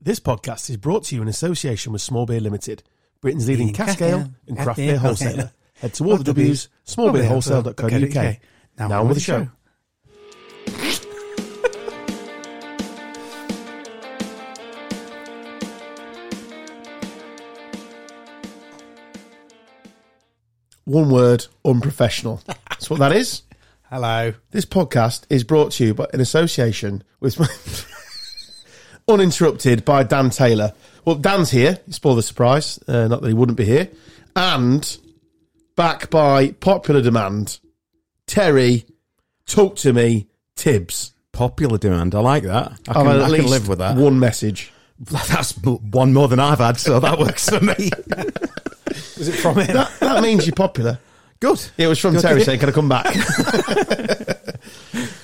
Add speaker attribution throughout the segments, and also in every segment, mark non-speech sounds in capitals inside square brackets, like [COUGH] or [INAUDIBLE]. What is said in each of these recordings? Speaker 1: This podcast is brought to you in association with Small Beer Limited, Britain's leading
Speaker 2: Leading
Speaker 1: cask
Speaker 2: cask
Speaker 1: ale
Speaker 2: ale
Speaker 1: and
Speaker 2: and
Speaker 1: craft
Speaker 2: beer
Speaker 1: beer wholesaler. [LAUGHS]
Speaker 2: wholesaler.
Speaker 1: Head to all the W's, smallbeerwholesale.co.uk.
Speaker 2: Now
Speaker 1: Now on with the show. One word, unprofessional. That's what that is.
Speaker 2: Hello.
Speaker 1: This podcast is brought to you by in association with [LAUGHS] Uninterrupted by Dan Taylor. Well, Dan's here. Spoil the surprise. Uh, not that he wouldn't be here. And back by popular demand, Terry, talk to me, Tibbs.
Speaker 3: Popular demand. I like that. I
Speaker 1: I've
Speaker 3: can,
Speaker 1: had
Speaker 3: I can live with that.
Speaker 1: One message.
Speaker 3: [LAUGHS] That's m- one more than I've had, so that works for me.
Speaker 2: Was it from him?
Speaker 1: That, that means you're popular.
Speaker 3: Good.
Speaker 1: It was from
Speaker 3: Good.
Speaker 1: Terry saying, "Can I come back?"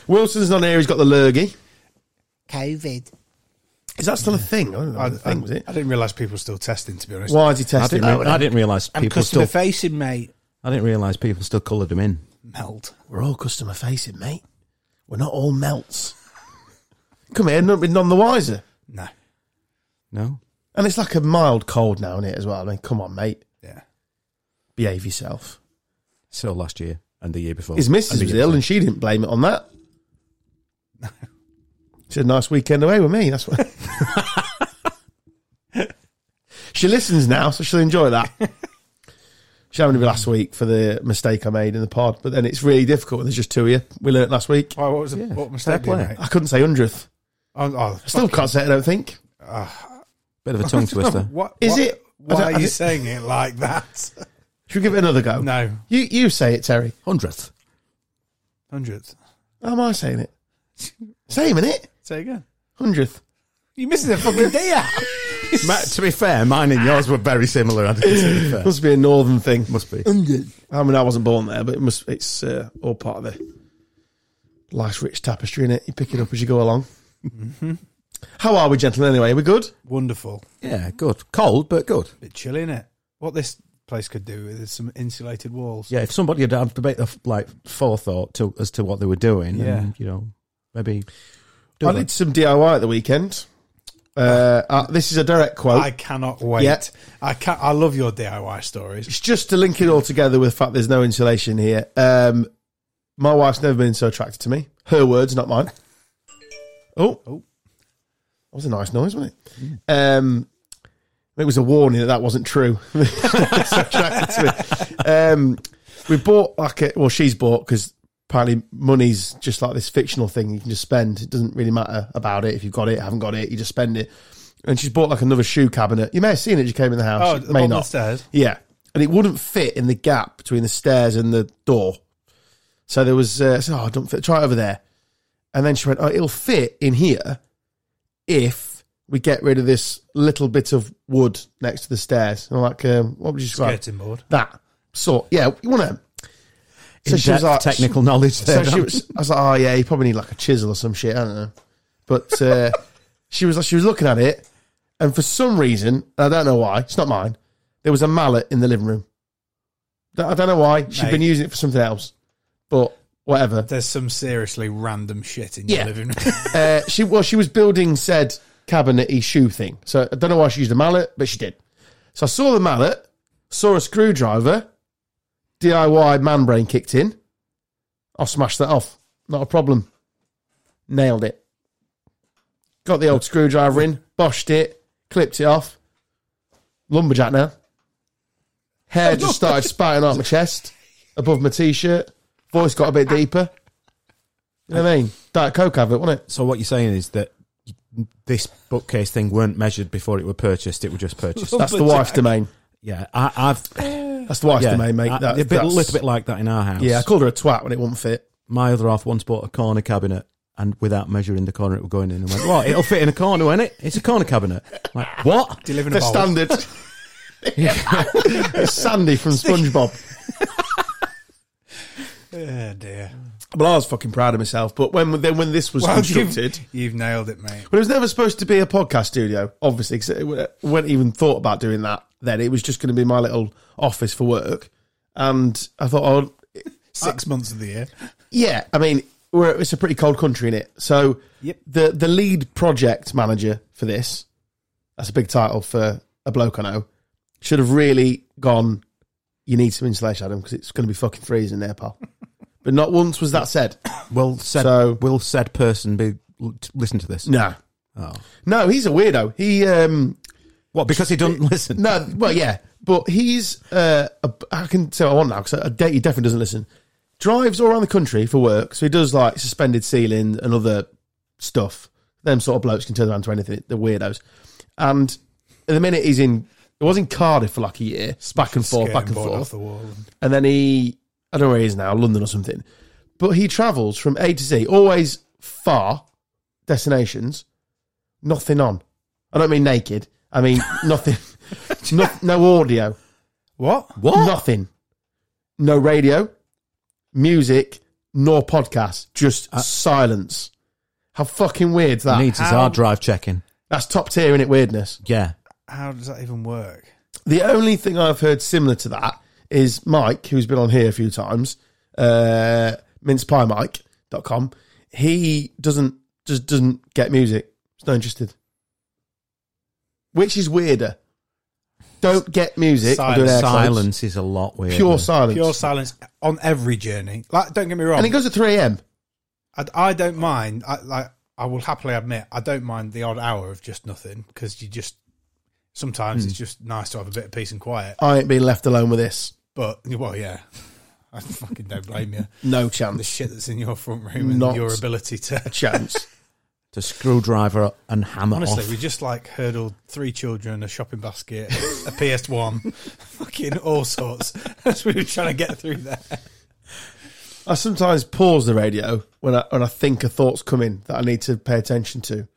Speaker 1: [LAUGHS] Wilson's not here. He's got the lurgy.
Speaker 2: COVID.
Speaker 1: Is that still a thing? I don't know.
Speaker 2: I,
Speaker 1: what the thing was it?
Speaker 2: I didn't realise people were still testing, to be honest.
Speaker 1: Why is he
Speaker 3: I
Speaker 1: testing?
Speaker 3: didn't,
Speaker 1: me?
Speaker 3: I didn't realize
Speaker 2: I'm
Speaker 3: people
Speaker 2: customer
Speaker 3: still.
Speaker 2: facing, mate.
Speaker 3: I didn't realize people still coloured them in.
Speaker 2: Melt.
Speaker 1: We're all customer facing, mate. We're not all melts. [LAUGHS] Come here, none, none the wiser.
Speaker 2: No.
Speaker 3: No.
Speaker 1: And it's like a mild cold now, is it, as well? I mean, come on, mate.
Speaker 2: Yeah.
Speaker 1: Behave yourself.
Speaker 3: So last year and the year before.
Speaker 1: His missus
Speaker 3: And the
Speaker 1: was
Speaker 3: year
Speaker 1: ill
Speaker 3: before.
Speaker 1: and she didn't blame it on [LAUGHS] that. She had a nice weekend away with me. That's what. [LAUGHS] she listens now, so she'll enjoy [LAUGHS] that. She only be last week for the mistake I made in the pod, but then it's really difficult when there's just two of you. We learnt last week.
Speaker 2: Why, what was the,
Speaker 3: Yeah,
Speaker 2: what
Speaker 3: fair
Speaker 2: mistake did you
Speaker 3: play.
Speaker 2: make?
Speaker 1: I couldn't say hundredth.
Speaker 2: Oh, oh,
Speaker 1: I still can't say it, I don't think.
Speaker 3: Bit of a
Speaker 2: [LAUGHS]
Speaker 3: tongue twister.
Speaker 2: what,
Speaker 1: Is
Speaker 2: what-
Speaker 1: it- I
Speaker 2: Why
Speaker 1: don't- I
Speaker 2: are you
Speaker 1: don't-
Speaker 2: saying it like that?
Speaker 1: [LAUGHS] Should we give it another go?
Speaker 2: No.
Speaker 1: You you say it, Terry.
Speaker 3: Hundredth.
Speaker 2: Hundredth.
Speaker 1: How am I saying [LAUGHS] it? Same, innit?
Speaker 2: Say again.
Speaker 1: Hundredth.
Speaker 2: You're missing a fucking day [LAUGHS] out.
Speaker 3: Ma- to be fair, mine and yours were very similar. Andy, to be
Speaker 1: [LAUGHS]
Speaker 3: fair.
Speaker 1: Must be a northern thing.
Speaker 3: Must be.
Speaker 1: I mean, I wasn't born there, but it must, it's uh, all part of the life's rich tapestry, innit? You pick it up as you go along. How are we, gentlemen, anyway? Are we good?
Speaker 2: Wonderful.
Speaker 3: Yeah, good. Cold, but good.
Speaker 2: bit chilly, innit? What this place could do is some insulated walls.
Speaker 3: Yeah, if somebody had had a bit of like forethought to, as to what they were doing,
Speaker 2: Yeah.
Speaker 3: and, you know, maybe.
Speaker 1: I did some DIY at the weekend. Uh, uh, this is a direct quote.
Speaker 2: I cannot wait.
Speaker 1: Yeah.
Speaker 2: I can I love your DIY stories.
Speaker 1: [LAUGHS] It's just to link it all together with the fact there's no insulation here. Um, my wife's never been so attracted to me. Her words, not mine. Oh,
Speaker 2: Oh.
Speaker 1: that was a nice noise, wasn't it? Um, it was a warning that that wasn't true. [LAUGHS] so attracted to me. Um, we bought like a, well, she's bought because apparently money's just like this fictional thing you can just spend. It doesn't really matter about it if you've got it, haven't got it, you just spend it. And she's bought like another shoe cabinet. You may have seen it. as You came in the
Speaker 2: Oh,
Speaker 1: house.
Speaker 2: up
Speaker 1: You may
Speaker 2: the
Speaker 1: not.
Speaker 2: stairs.
Speaker 1: Yeah, and it wouldn't fit in the gap between the stairs and the door. So there was, uh, I said, "Oh, it don't fit. Try it over there." And then she went, "Oh, it'll fit in here if we get rid of this little bit of wood next to the stairs." And I'm like, um, "What would you describe
Speaker 2: Skirting board.
Speaker 1: that?" So yeah, you want to.
Speaker 3: so technical knowledge
Speaker 1: So
Speaker 3: there.
Speaker 1: she
Speaker 3: [LAUGHS] Dan.
Speaker 1: was, I was like, oh yeah, you probably need like a chisel or some shit. I don't know. But uh, she was like, she was looking at it, and for some reason, I don't know why, it's not mine. There was a mallet in the living room. I don't know why she'd been
Speaker 2: Mate.
Speaker 1: using it for something else, but whatever.
Speaker 2: There's some seriously random shit in
Speaker 1: Yeah.
Speaker 2: your
Speaker 1: [LAUGHS]
Speaker 2: living room.
Speaker 1: Uh, she well, she was building said cabinety shoe thing. So I don't know why she used a mallet, but she did. So I saw the mallet, saw a screwdriver, DIY man brain kicked in. I'll smash that off. Not a problem. Nailed it. Got the old screwdriver in, boshed it, clipped it off. Lumberjack now. Hair just started spouting out my chest, above my t-shirt. Voice got a bit deeper. You know what I mean? Diet Coke have it, wasn't it?
Speaker 3: So what you're saying is that this bookcase thing weren't measured before it were purchased. It were just [LAUGHS] purchased.
Speaker 1: That's the wife's domain.
Speaker 3: yeah, I, I've
Speaker 1: That's the wife's
Speaker 3: yeah,
Speaker 1: domain, mate.
Speaker 3: I-
Speaker 1: That-
Speaker 3: a bit,
Speaker 1: that's-
Speaker 3: little bit like that in our house.
Speaker 1: Yeah, I called her a twat when it wouldn't fit.
Speaker 3: my other half once bought a corner cabinet, and without measuring the corner it were going in, and went, "What? It'll fit in a corner, won't it? It's a corner cabinet." Like what?
Speaker 2: Do you live in
Speaker 1: The
Speaker 2: a bowl?
Speaker 1: standard.
Speaker 3: [LAUGHS]
Speaker 1: [LAUGHS] it's Sandy from SpongeBob.
Speaker 2: Oh, dear.
Speaker 1: Well, I was fucking proud of myself. But when then when this was
Speaker 2: Well, you've,
Speaker 1: constructed,
Speaker 2: you've nailed it, mate.
Speaker 1: but it was never supposed to be a podcast studio, obviously, because it w- wouldn't even thought about doing that. Then it was just going to be my little office for work, and I thought, oh,
Speaker 2: Six months of the year.
Speaker 1: Yeah, I mean, we're, it's a pretty cold country in it. So
Speaker 2: Yep.
Speaker 1: the the lead project manager for this That's a big title for a bloke I know. Should have really gone. You need some insulation, Adam, because it's going to be fucking freezing there, pal. But not once was that said.
Speaker 3: Will said
Speaker 1: So-
Speaker 3: will said person be l- t- listen to this?
Speaker 1: No,
Speaker 3: Oh.
Speaker 1: no, he's a weirdo. He um,
Speaker 3: What? Because he doesn't
Speaker 1: [LAUGHS]
Speaker 3: listen.
Speaker 1: No, well, yeah, but he's. Uh, a, I can say what I want now because he definitely doesn't listen. Drives all around the country for work, so he does like suspended ceiling and other stuff. Them sort of blokes can turn around to anything. They're weirdos. And at the minute he's in, he was in Cardiff for like a year, back and forth, back and
Speaker 2: Skateboard
Speaker 1: forth
Speaker 2: off the wall.
Speaker 1: and then he I don't know where he is now, London or something. But he travels from A to Z, always far destinations, nothing on. I don't mean naked. I mean [LAUGHS] nothing. no, no audio.
Speaker 2: What?
Speaker 3: What?
Speaker 1: Nothing. No radio, music, nor podcast. Just silence. How fucking weird's that?
Speaker 3: Needs his
Speaker 2: How-
Speaker 3: hard drive checking.
Speaker 1: That's top tier in it weirdness.
Speaker 3: Yeah.
Speaker 2: How does that even work?
Speaker 1: The only thing I've heard similar to that is Mike, who's been on here a few times, uh, mincepiemike.com. He doesn't just doesn't get music. He's not interested. Which is weirder. Don't get music. I'm doing air quotes.
Speaker 3: Silence is a lot weirder.
Speaker 1: Pure silence.
Speaker 2: Pure silence on every journey. Like, don't get me wrong.
Speaker 1: and it goes to 3 a.m.
Speaker 2: I, I don't mind. I like. I will happily admit I don't mind the odd hour of just nothing because you just sometimes
Speaker 1: Hmm.
Speaker 2: it's just nice to have a bit of peace and quiet.
Speaker 1: I ain't being left alone with this.
Speaker 2: But well, yeah, I fucking don't blame you. [LAUGHS]
Speaker 1: No
Speaker 2: The
Speaker 1: chance.
Speaker 2: shit that's in your front room and
Speaker 1: Not-
Speaker 2: your ability to
Speaker 1: chance.
Speaker 3: To screwdriver and hammer
Speaker 2: honestly,
Speaker 3: off.
Speaker 2: we just like hurdled three children, a shopping basket, a PS one, [LAUGHS] fucking all sorts [LAUGHS] as we were trying to get through there.
Speaker 1: I sometimes pause the radio when I when I think a thought's coming that I need to pay attention to,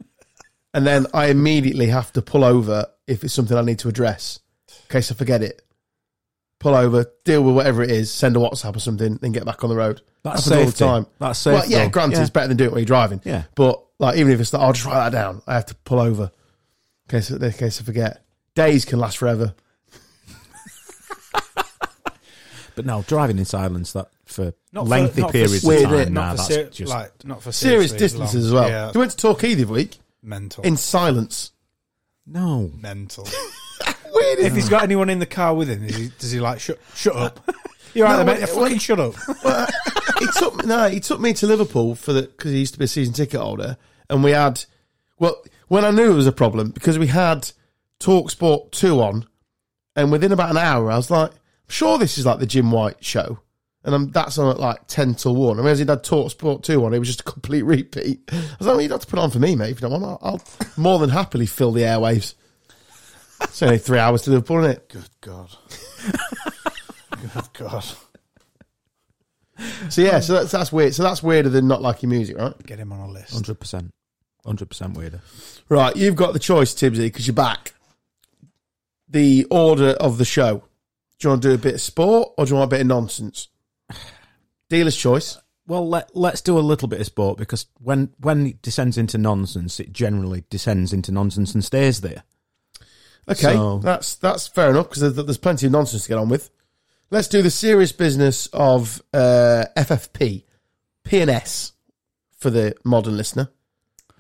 Speaker 1: and then I immediately have to pull over if it's something I need to address, in case I forget it. Pull over, deal with whatever it is, send a WhatsApp or something, then get back on the road.
Speaker 3: That's
Speaker 1: Happens all the
Speaker 3: safety.
Speaker 1: time.
Speaker 3: That's safe.
Speaker 1: Well, yeah,
Speaker 3: though.
Speaker 1: granted, it's better than doing it when you're driving.
Speaker 3: Yeah.
Speaker 1: but like even if it's like, I'll just write that down. I have to pull over, in case in case I forget. Days can last forever.
Speaker 3: But no, driving in silence that for
Speaker 2: Not for-
Speaker 3: lengthy
Speaker 2: not for
Speaker 3: periods
Speaker 1: weird, eh?
Speaker 3: of
Speaker 1: innit?
Speaker 3: time.
Speaker 2: not
Speaker 3: Nah,
Speaker 2: for
Speaker 3: that's
Speaker 2: ser-
Speaker 3: just
Speaker 2: like not for
Speaker 1: Serious
Speaker 2: seriously
Speaker 1: distances
Speaker 2: long.
Speaker 1: as well.
Speaker 2: Yeah,
Speaker 1: We went to Torquay the other week
Speaker 2: mental,
Speaker 1: in silence.
Speaker 3: no.
Speaker 2: mental.
Speaker 1: Weird,
Speaker 2: If he's got anyone in the car with him, is he, does he like shut shut up? You're
Speaker 1: No,
Speaker 2: right,
Speaker 1: what-
Speaker 2: mate. Fucking
Speaker 1: what-
Speaker 2: shut up.
Speaker 1: Well, he took no, he took me to Liverpool for the because he used to be a season ticket holder, and we had well when I knew it was a problem because we had Talk Sport two on, and within about an hour I was like, I'm sure this is like the Jim White show, and I'm, that's on at like ten till one. And whereas he'd had Talk Sport two on, it was just a complete [LAUGHS] repeat. I was like, well, you'd have to put it on for me, mate. If you don't want, I'll, I'll more than happily fill the airwaves. It's only three hours to Liverpool, isn't it?
Speaker 2: Good God. Good God.
Speaker 1: So yeah, so that's that's weird. So that's weirder than not liking music, right?
Speaker 2: Get him on a list.
Speaker 3: Hundred percent. Hundred percent weirder.
Speaker 1: Right, you've got the choice, Tibbsy, because you're back. The order of the show. Do you want to do a bit of sport or do you want a bit of nonsense? Dealer's choice.
Speaker 3: Well, let, let's do a little bit of sport because when when it descends into nonsense, it generally descends into nonsense and stays there.
Speaker 1: Okay,
Speaker 3: So-
Speaker 1: that's that's fair enough because there's plenty of nonsense to get on with. Let's do the serious business of uh, FFP, S for the modern listener,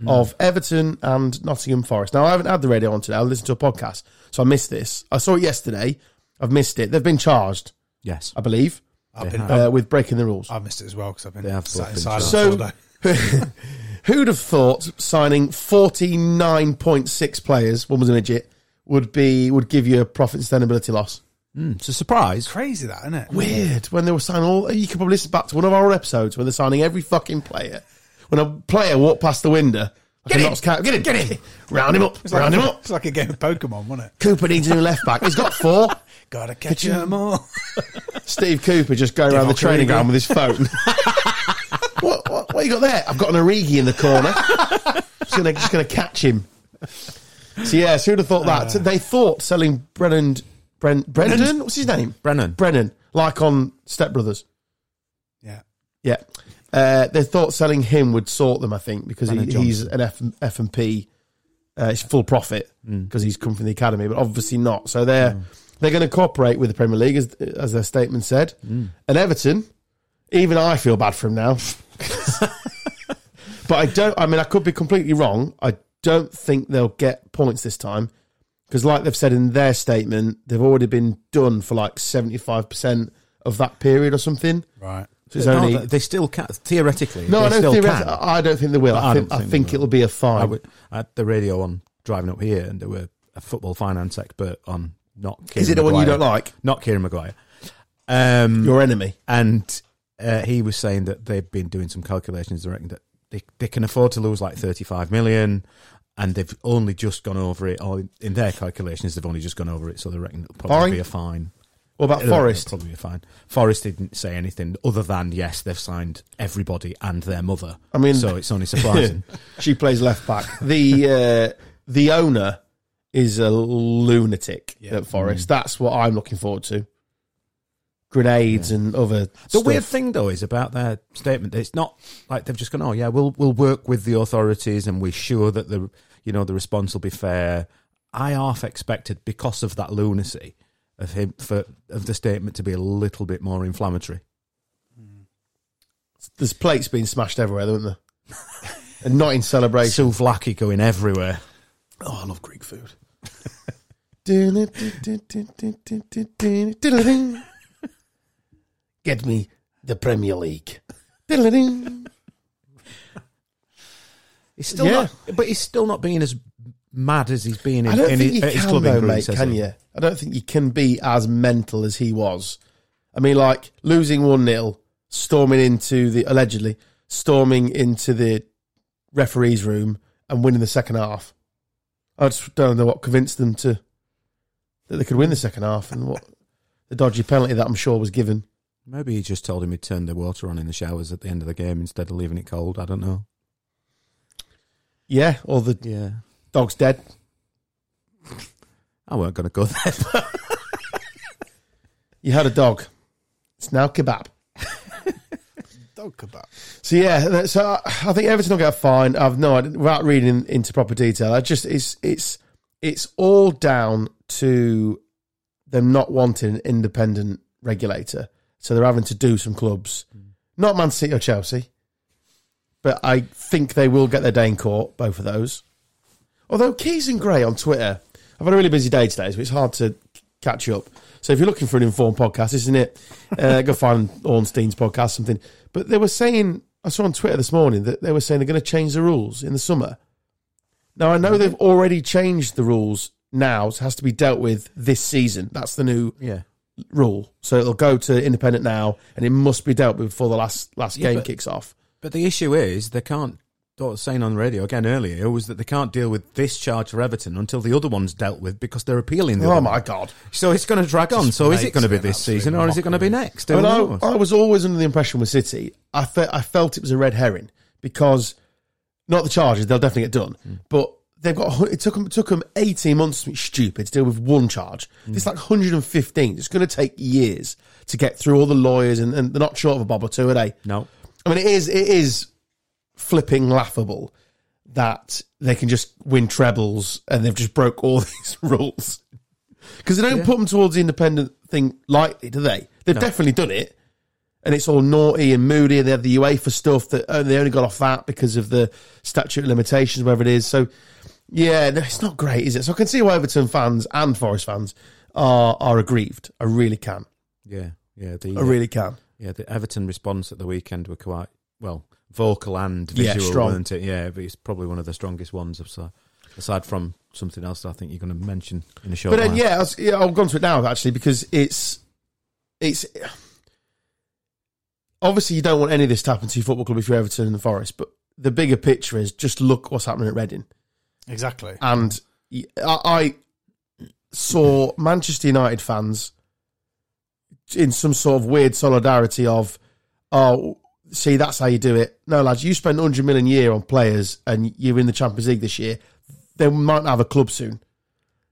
Speaker 1: of Everton and Nottingham Forest. Now, I haven't had the radio on today. I listened to a podcast, so I missed this. I saw it yesterday. I've missed it. They've been charged,
Speaker 3: Yes.
Speaker 1: I believe.
Speaker 2: I've been,
Speaker 1: uh, with breaking the rules.
Speaker 2: I missed it as well because I've
Speaker 3: They
Speaker 2: been
Speaker 3: have
Speaker 2: sat
Speaker 3: both
Speaker 2: in
Speaker 3: been
Speaker 2: silence
Speaker 1: charged.
Speaker 2: all day.
Speaker 1: Who'd have thought signing forty nine point six players, one was an idiot, would be would give you a profit sustainability loss?
Speaker 3: Mm, it's a surprise.
Speaker 2: Crazy that, isn't it?
Speaker 1: Weird. When they were signing all, you could probably listen back to one of our episodes where they're signing every fucking player. When a player walked past the window, like
Speaker 2: Get
Speaker 1: a
Speaker 2: him!
Speaker 1: Notts County- get him, get him, round him up,
Speaker 2: It's
Speaker 1: round
Speaker 2: like,
Speaker 1: him up.
Speaker 2: it's like a game of Pokemon, wasn't it?
Speaker 1: Cooper needs a new left back. He's got four.
Speaker 2: [LAUGHS] Gotta catch 'em all. [LAUGHS]
Speaker 1: Steve Cooper just going around the
Speaker 2: Ocarina.
Speaker 1: training ground with his [LAUGHS] phone. what, what, what you got there? I've got an Origi in the corner. just gonna just gonna catch him. So yeah, so who'd have thought that? So they thought selling Brennan Bren, Uh. Brendan, what's his name?
Speaker 3: Brennan.
Speaker 1: Brennan, like on Step Brothers.
Speaker 2: Yeah.
Speaker 1: Yeah. Uh, they thought selling him would sort them, I think, because he,
Speaker 3: Brennan
Speaker 1: he's an F, F and P. Uh, it's full profit because he's come from the academy, but obviously not. So they're they're going to cooperate with the Premier League, as, as their statement said. And Everton, even I feel bad for him now. but I don't. I mean, I could be completely wrong. I don't think they'll get points this time Because, like they've said in their statement, they've already been done for like 75% of that period or something.
Speaker 2: Right.
Speaker 1: So it's
Speaker 3: No,
Speaker 1: only.
Speaker 3: they- they still can theoretically.
Speaker 1: no,
Speaker 3: they
Speaker 1: I don't,
Speaker 3: still
Speaker 1: theoret-
Speaker 3: can.
Speaker 1: I don't think they will.
Speaker 3: But
Speaker 1: I
Speaker 3: I
Speaker 1: think,
Speaker 3: don't
Speaker 1: I
Speaker 3: think they
Speaker 1: think
Speaker 3: will.
Speaker 1: it'll be a fine.
Speaker 3: I, would, I had the radio on driving up here, and there were a football finance expert on. Not Kieran
Speaker 1: Is it the one you
Speaker 3: Maguire.
Speaker 1: don't like?
Speaker 3: Not Kieran Maguire. Um,
Speaker 1: Your enemy.
Speaker 3: and uh, he was saying that they've been doing some calculations. They reckon that they, they can afford to lose like 35 million, and they've only just gone over it. Or in their calculations, they've only just gone over it, so they reckon it'll probably
Speaker 1: Fine.
Speaker 3: be a fine.
Speaker 1: What about
Speaker 3: They reckon
Speaker 1: Forest?
Speaker 3: it'll probably be a fine. Forest didn't say anything other than yes, they've signed everybody and their mother.
Speaker 1: I mean-
Speaker 3: so it's
Speaker 1: [LAUGHS]
Speaker 3: only surprising.
Speaker 1: She plays left
Speaker 3: [LAUGHS]
Speaker 1: back. The uh, the owner is a lunatic at
Speaker 3: Mm.
Speaker 1: Forest. That's what I'm looking forward to. Grenades and other
Speaker 3: The
Speaker 1: stuff.
Speaker 3: weird thing, though, is about their statement. that It's not like they've just gone, "Oh yeah, we'll we'll work with the authorities, and we're sure that the you know the response will be fair." I half expected because of that lunacy of him for of the statement to be a little bit more inflammatory.
Speaker 1: There's plates being smashed everywhere, aren't
Speaker 3: [LAUGHS]
Speaker 1: there? and not in celebration.
Speaker 3: Souvlaki going everywhere.
Speaker 1: Oh, I love Greek food. [LAUGHS] Get me the Premier League.
Speaker 3: He's still
Speaker 1: Yeah.
Speaker 3: not, but he's still not being as mad as he's been in,
Speaker 1: I don't
Speaker 3: in
Speaker 1: think
Speaker 3: his,
Speaker 1: you
Speaker 3: at his
Speaker 1: can,
Speaker 3: clubbing
Speaker 1: though,
Speaker 3: groups,
Speaker 1: mate.
Speaker 3: has
Speaker 1: Can
Speaker 3: he?
Speaker 1: you? I don't think you can be as mental as he was. I mean, like losing one 0 storming into the allegedly storming into the referee's room and winning the second half. I just don't know what convinced them to that they could win the second half and what the dodgy penalty that I'm sure was given.
Speaker 3: Maybe he just told him he'd turn the water on in the showers at the end of the game instead of leaving it cold. I don't know.
Speaker 1: Yeah, or the
Speaker 3: Yeah,
Speaker 1: dog's dead.
Speaker 3: I weren't going to go [LAUGHS] there.
Speaker 1: You had a dog. It's now kebab.
Speaker 2: Dog kebab.
Speaker 1: So yeah, that- so I I think Everton will get a fine. I've no idea, without reading into proper detail. I just it's it's it's all down to them not wanting an independent regulator, so they're having to do some clubs, not Man City or Chelsea, but I think they will get their day in court, both of those. Although Keys and Gray on Twitter, I've had a really busy day today, so it's hard to c- catch you up. So if you're looking for an informed podcast, isn't
Speaker 3: [LAUGHS]
Speaker 1: it? Uh, go find Ornstein's podcast, something. But they were saying, I saw on Twitter this morning that they were saying they're going to change the rules in the summer. Now I
Speaker 3: Mm-hmm.
Speaker 1: know they've already changed the rules. Now so it has to be dealt with this season. That's the new
Speaker 3: yeah.
Speaker 1: rule. So it'll go to independent now, and it must be dealt with before the last last
Speaker 3: Yeah,
Speaker 1: game
Speaker 3: but-
Speaker 1: kicks off.
Speaker 3: But the issue is they can't. What I was saying on the radio again earlier was that they can't deal with this charge for Everton until the other one's dealt with because they're appealing. The
Speaker 1: Oh
Speaker 3: other
Speaker 1: my
Speaker 3: one.
Speaker 1: god!
Speaker 3: So it's going to drag on. So is it
Speaker 2: makes
Speaker 3: going to be
Speaker 2: an
Speaker 3: this
Speaker 2: absolute
Speaker 3: season or is it Oh, going to be
Speaker 2: mockery.
Speaker 3: next? Who
Speaker 1: I, mean,
Speaker 3: knows?
Speaker 1: I, I was always under the impression with City, I fe- I felt it was a red herring because not the charges; they'll definitely get done, but. They've got. a hun- It took them. Took 'em eighteen months. Something stupid to deal with one charge. It's like hundred and fifteen. It's going to take years to get through all the lawyers, and, and they're not short of a bob or two a day.
Speaker 3: no.
Speaker 1: I mean, it is it is flipping laughable that they can just win trebles and they've just broke all [LAUGHS] these rules because they don't 'em put them towards the independent thing lightly, do they? They've definitely done it, and it's all naughty and moody. And they had the UEFA stuff that oh, they only got off that because of the statute of limitations, whatever it is. So yeah, no, it's not great, is it? So I can see why Everton fans and Forest fans are are aggrieved. I really can.
Speaker 3: Yeah. Yeah. The
Speaker 1: I really can.
Speaker 3: yeah the Everton response at the weekend were quite well vocal and
Speaker 1: Yeah,
Speaker 3: visual,
Speaker 1: strong.
Speaker 3: weren't it? Yeah. But it's probably one of the strongest ones. Aside, aside from something else, that I think you're going to mention in a short.
Speaker 1: But then,
Speaker 3: while.
Speaker 1: yeah, I was, yeah, I'll go on to it now actually because it's it's obviously you don't want any of this to happen to your football club if you're Everton and Forest. But the bigger picture is just look what's happening at Reading,
Speaker 2: Exactly.
Speaker 1: and y- I, I saw Manchester United fans in some sort of weird solidarity of, oh, see, that's how you do it. No, lads, you spend 100 million a year on players and you're in the Champions League this year. They might not have a club soon.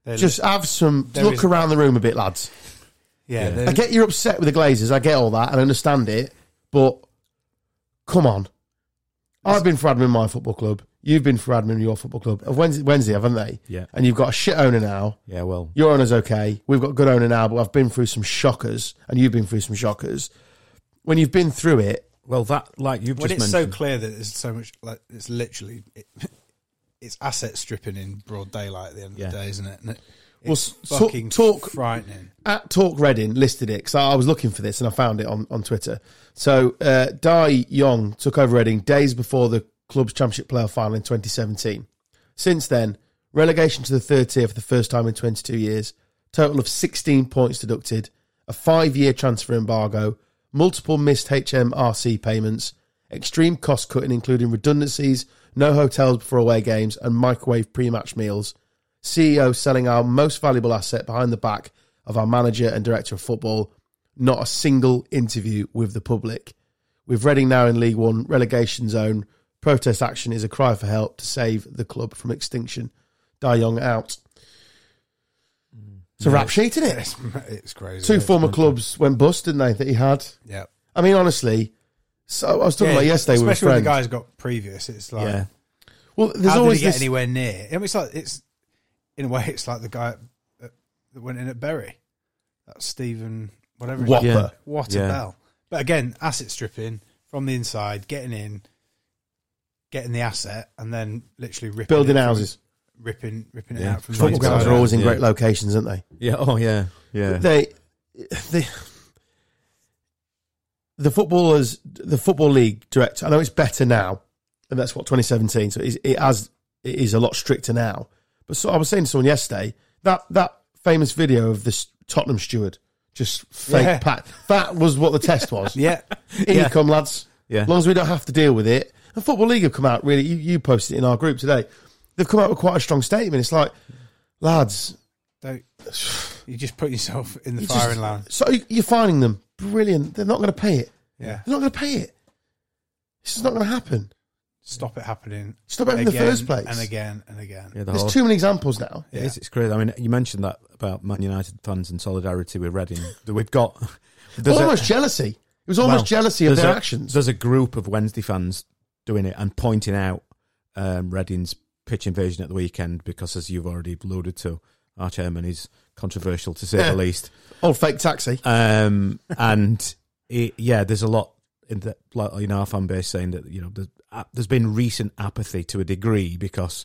Speaker 2: They're-
Speaker 1: Just have some
Speaker 2: There
Speaker 1: look
Speaker 2: is-
Speaker 1: around the room a bit, lads.
Speaker 2: yeah.
Speaker 1: I
Speaker 2: they're-
Speaker 1: get you're upset with the Glazers. I get all that and understand it, but come on. I've been for admin my football club. You've been for admin your football club. Of Wednesday, Wednesday, haven't they?
Speaker 3: Yeah.
Speaker 1: And you've got a shit owner now.
Speaker 3: Yeah. Well.
Speaker 1: Your owner's okay. We've got a good owner now, but I've been through some shockers, and you've been through some shockers. When you've been through it,
Speaker 3: Well, that like you've
Speaker 2: when
Speaker 3: just
Speaker 2: it's
Speaker 3: mentioned.
Speaker 2: so clear that there's so much, like it's literally it, [LAUGHS] it's asset stripping in broad daylight at the end
Speaker 3: Yeah.
Speaker 2: of the day, isn't it? And it-
Speaker 1: Well,
Speaker 2: it's
Speaker 1: so-
Speaker 2: fucking
Speaker 1: talk-
Speaker 2: frightening. [LAUGHS]
Speaker 1: at Talk Reading listed it because I was looking for this and I found it on, on Twitter. So uh, Dai Young took over Reading days before the club's championship playoff final in 2017. Since then, relegation to the third tier for the first time in 22 years, total of 16 points deducted, a five-year transfer embargo, multiple missed HMRC payments, extreme cost cutting including redundancies, no hotels before away games, and microwave pre-match meals. CEO selling our most valuable asset behind the back of our manager and director of football. Not a single interview with the public. With Reading now in League One, relegation zone, protest action is a cry for help to save the club from extinction. Dai Young out. It's a rap sheet, isn't it?
Speaker 2: It's crazy.
Speaker 1: Two former clubs went bust, didn't they, that he had?
Speaker 2: yeah.
Speaker 1: I mean, honestly, so I was talking about yesterday
Speaker 2: especially
Speaker 1: with a
Speaker 2: when
Speaker 1: friend.
Speaker 2: the guy's got previous. It's like,
Speaker 3: yeah.
Speaker 1: well, there's
Speaker 2: how
Speaker 1: always
Speaker 2: did he get
Speaker 1: this...
Speaker 2: anywhere near? I mean, it's like it's in a way, it's like the guy that that went in at Bury. That's Stephen, whatever. his
Speaker 1: Whopper.
Speaker 2: name- What a
Speaker 3: Yeah.
Speaker 2: bell! But again, asset stripping from the inside, getting in, getting the asset, and then literally ripping
Speaker 1: Building
Speaker 2: it from-
Speaker 1: houses.
Speaker 2: ripping, ripping it
Speaker 3: Yeah.
Speaker 2: out from the
Speaker 1: Football grounds
Speaker 2: inside.
Speaker 1: are always in
Speaker 3: Yeah.
Speaker 1: great locations, aren't they?
Speaker 3: Yeah. Oh, yeah. Yeah.
Speaker 1: they they the footballers the football league director i know it's better now and that's what 2017 so it, is- it has it is a lot stricter now but so i was saying to someone yesterday that that famous video of this tottenham steward just fake
Speaker 2: Yeah.
Speaker 1: pat that was what the test
Speaker 2: [LAUGHS]
Speaker 1: was
Speaker 2: Yeah,
Speaker 1: in you come lads
Speaker 3: Yeah.
Speaker 1: as long as we don't have to deal with it and football league have come out really you, you posted it in our group today they've come out with quite a strong statement it's like lads
Speaker 2: Don't, you just put yourself in the
Speaker 1: you
Speaker 2: firing
Speaker 1: just-
Speaker 2: line.
Speaker 1: so you- you're finding them brilliant they're not going to pay it
Speaker 2: Yeah,
Speaker 1: they're not going to pay it. This is not going to happen.
Speaker 2: stop it happening.
Speaker 1: Stop it in the
Speaker 2: again
Speaker 1: first place.
Speaker 2: and again and again.
Speaker 3: yeah the
Speaker 1: There's
Speaker 3: whole-
Speaker 1: too many examples now.
Speaker 3: It is. It's crazy. I mean, you mentioned that about Man United fans and solidarity with Reading. That we've got. [LAUGHS] there's a-
Speaker 1: almost jealousy. It was almost
Speaker 3: well,
Speaker 1: jealousy of
Speaker 3: there's
Speaker 1: their
Speaker 3: a-
Speaker 1: actions.
Speaker 3: There's a group of Wednesday fans doing it and pointing out um, Reading's pitch invasion at the weekend because, as you've already alluded to, our chairman is controversial to say
Speaker 1: Yeah.
Speaker 3: the least.
Speaker 1: Old fake taxi. [LAUGHS]
Speaker 3: Um, and it, yeah, there's a lot in the like, in our fan base saying that you know there's, uh, there's been recent apathy to a degree because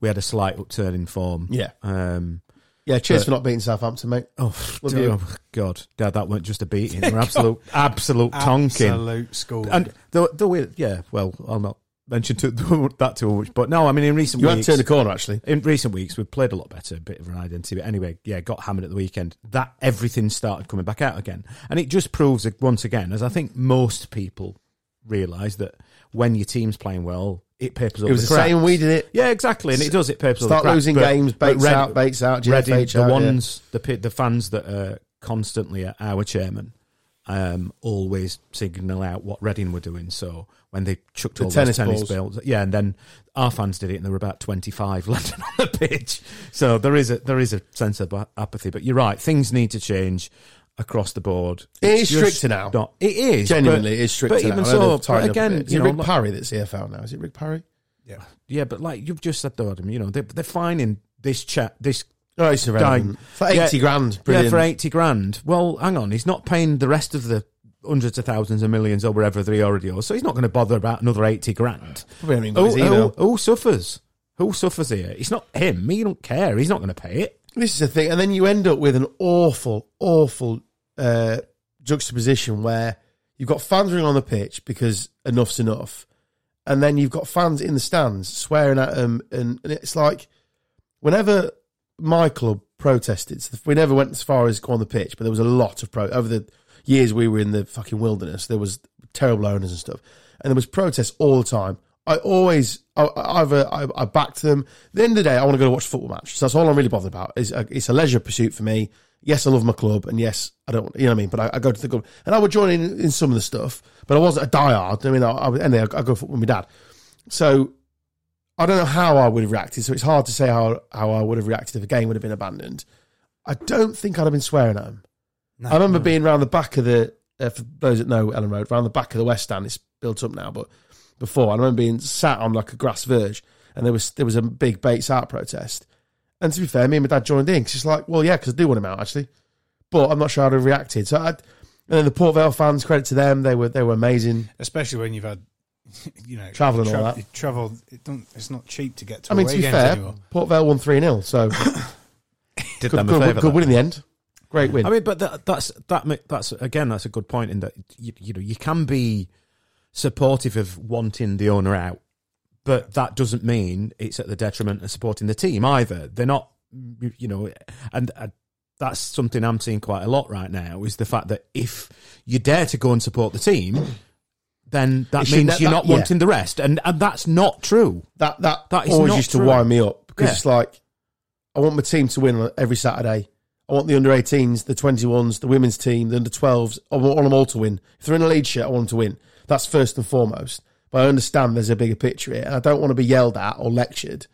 Speaker 3: we had a slight upturn in form.
Speaker 1: Yeah.
Speaker 3: Um,
Speaker 1: Yeah, cheers
Speaker 3: But-
Speaker 1: for not beating Southampton, mate.
Speaker 3: Oh,
Speaker 1: Love
Speaker 3: dear,
Speaker 1: you.
Speaker 3: oh, God, Dad, that weren't just
Speaker 1: [LAUGHS]
Speaker 3: a beating. We're absolute, absolute tonking.
Speaker 2: Absolute school.
Speaker 3: And the the way, yeah. Well, I'll not mention to, [LAUGHS] that too much. But no, I mean, in recent
Speaker 1: You had to
Speaker 3: weeks,
Speaker 1: turn the corner, actually.
Speaker 3: in recent weeks, we've played a lot better, a bit of an identity. But anyway, yeah, got hammered at the weekend. That everything started coming back out again, and it just proves that once again, as I think most people realise that when your team's playing well, it papers up.
Speaker 1: It was the
Speaker 3: cracks.
Speaker 1: same. We did it.
Speaker 3: Yeah, exactly, and it does. It papers up. the
Speaker 1: Start
Speaker 3: cracks,
Speaker 1: losing
Speaker 3: but-
Speaker 1: games,
Speaker 3: but
Speaker 1: baits
Speaker 3: Red-
Speaker 1: out, baits out,
Speaker 3: Reading,
Speaker 1: GFH
Speaker 3: the
Speaker 1: out,
Speaker 3: ones, the the the fans that are constantly at our chairman, um, always signal out what Reading were doing. So when they chucked all
Speaker 1: tennis
Speaker 3: those tennis
Speaker 1: balls.
Speaker 3: balls, yeah, and then our fans did it, and there were about twenty five [LAUGHS] landing on the pitch. So there is a there is a sense of apathy. But you're right, things need to change across the board.
Speaker 1: It is
Speaker 3: just
Speaker 1: stricter now.
Speaker 3: Not, it is
Speaker 1: yeah. Genuinely,
Speaker 3: but-
Speaker 1: it's stricter
Speaker 3: But
Speaker 1: now.
Speaker 3: even
Speaker 1: I know
Speaker 3: so,
Speaker 1: they've tightened
Speaker 3: but
Speaker 1: up a
Speaker 3: again,
Speaker 1: bit. is
Speaker 3: you
Speaker 1: it
Speaker 3: know,
Speaker 1: Rick
Speaker 3: like-
Speaker 1: Parry that's EFL now? Is it Rick Parry?
Speaker 2: yeah.
Speaker 3: yeah, but like you've just said, though, Adam, you know, they're, they're finding this chat this
Speaker 1: Oh, he's irrelevant.
Speaker 3: Dying.
Speaker 1: For 80 grand. Brilliant.
Speaker 3: Yeah, for eighty grand. Well, hang on, he's not paying the rest of the hundreds of thousands and millions or whatever they already owe, so he's not going to bother about another eighty grand.
Speaker 1: Probably haven't even got
Speaker 3: Who,
Speaker 1: his
Speaker 3: who,
Speaker 1: email.
Speaker 3: who suffers? Who suffers here? It's not him. He don't care. He's not going to pay it.
Speaker 1: This is the thing, and then you end up with an awful, awful uh, juxtaposition where you've got fans running on the pitch because enough's enough, and then you've got fans in the stands swearing at them, and, and it's like whenever my club protested, so we never went as far as go on the pitch, but there was a lot of pro over the years we were in the fucking wilderness. There was terrible owners and stuff, and there was protests all the time. I always I, I- either I, I backed them. At the end of the day, I want to go to watch a football match. So that's all I'm really bothered about. Is it's a leisure pursuit for me. Yes, I love my club, and yes, I don't. You know what I mean. But I, I go to the club, and I would join in, in some of the stuff. But I wasn't a diehard. I mean, I, I anyway, I go football with my dad. So I don't know how I would have reacted, so it's hard to say how, how I would have reacted if a game would have been abandoned. I don't think I'd have been swearing at him.
Speaker 2: No.
Speaker 1: I remember being round the back of the, uh, for those that know Ellen Road, round the back of the West Stand, it's built up now, but before, I remember being sat on like a grass verge and there was there was a big Bates out protest. And to be fair, me and my dad joined in because it's like, well, yeah, because I do want him out, actually. But I'm not sure how to have reacted. So I'd, and then the Port Vale fans, credit to them, they were they were amazing.
Speaker 2: especially when you've had [LAUGHS] you know,
Speaker 1: Travel and all that.
Speaker 2: you Travel, it don't, it's not cheap to get to
Speaker 1: I mean,
Speaker 2: away
Speaker 1: to be
Speaker 2: games
Speaker 1: fair,
Speaker 2: anymore.
Speaker 1: Port Vale won 3 0,
Speaker 2: [LAUGHS]
Speaker 1: so
Speaker 3: Did
Speaker 1: good,
Speaker 3: them a
Speaker 1: good,
Speaker 3: favour.
Speaker 1: good
Speaker 3: that.
Speaker 1: win in the end. Great win.
Speaker 3: I mean, but that, that's that. ma- That's again, that's a good point in that you, you know you can be supportive of wanting the owner out, but that doesn't mean it's at the detriment of supporting the team either. They're not, you you know, and uh, that's something I'm seeing quite a lot right now is the fact that if you dare to go and support the team, then
Speaker 1: It
Speaker 3: that
Speaker 1: should
Speaker 3: means
Speaker 1: ne-
Speaker 3: you're
Speaker 1: that-
Speaker 3: not
Speaker 1: yeah.
Speaker 3: wanting the rest, and and that's not true.
Speaker 1: that that,
Speaker 3: That is
Speaker 1: always
Speaker 3: not
Speaker 1: used to
Speaker 3: true.
Speaker 1: wind me up because
Speaker 3: Yeah.
Speaker 1: it's like I want my team to win every Saturday. I want the under 18s, the 21s, the women's team, the under 12s. I want, want them all to win. If they're in a lead shirt, I want them to win. That's first and foremost. But I understand there's a bigger picture here, and I don't want to be yelled at or lectured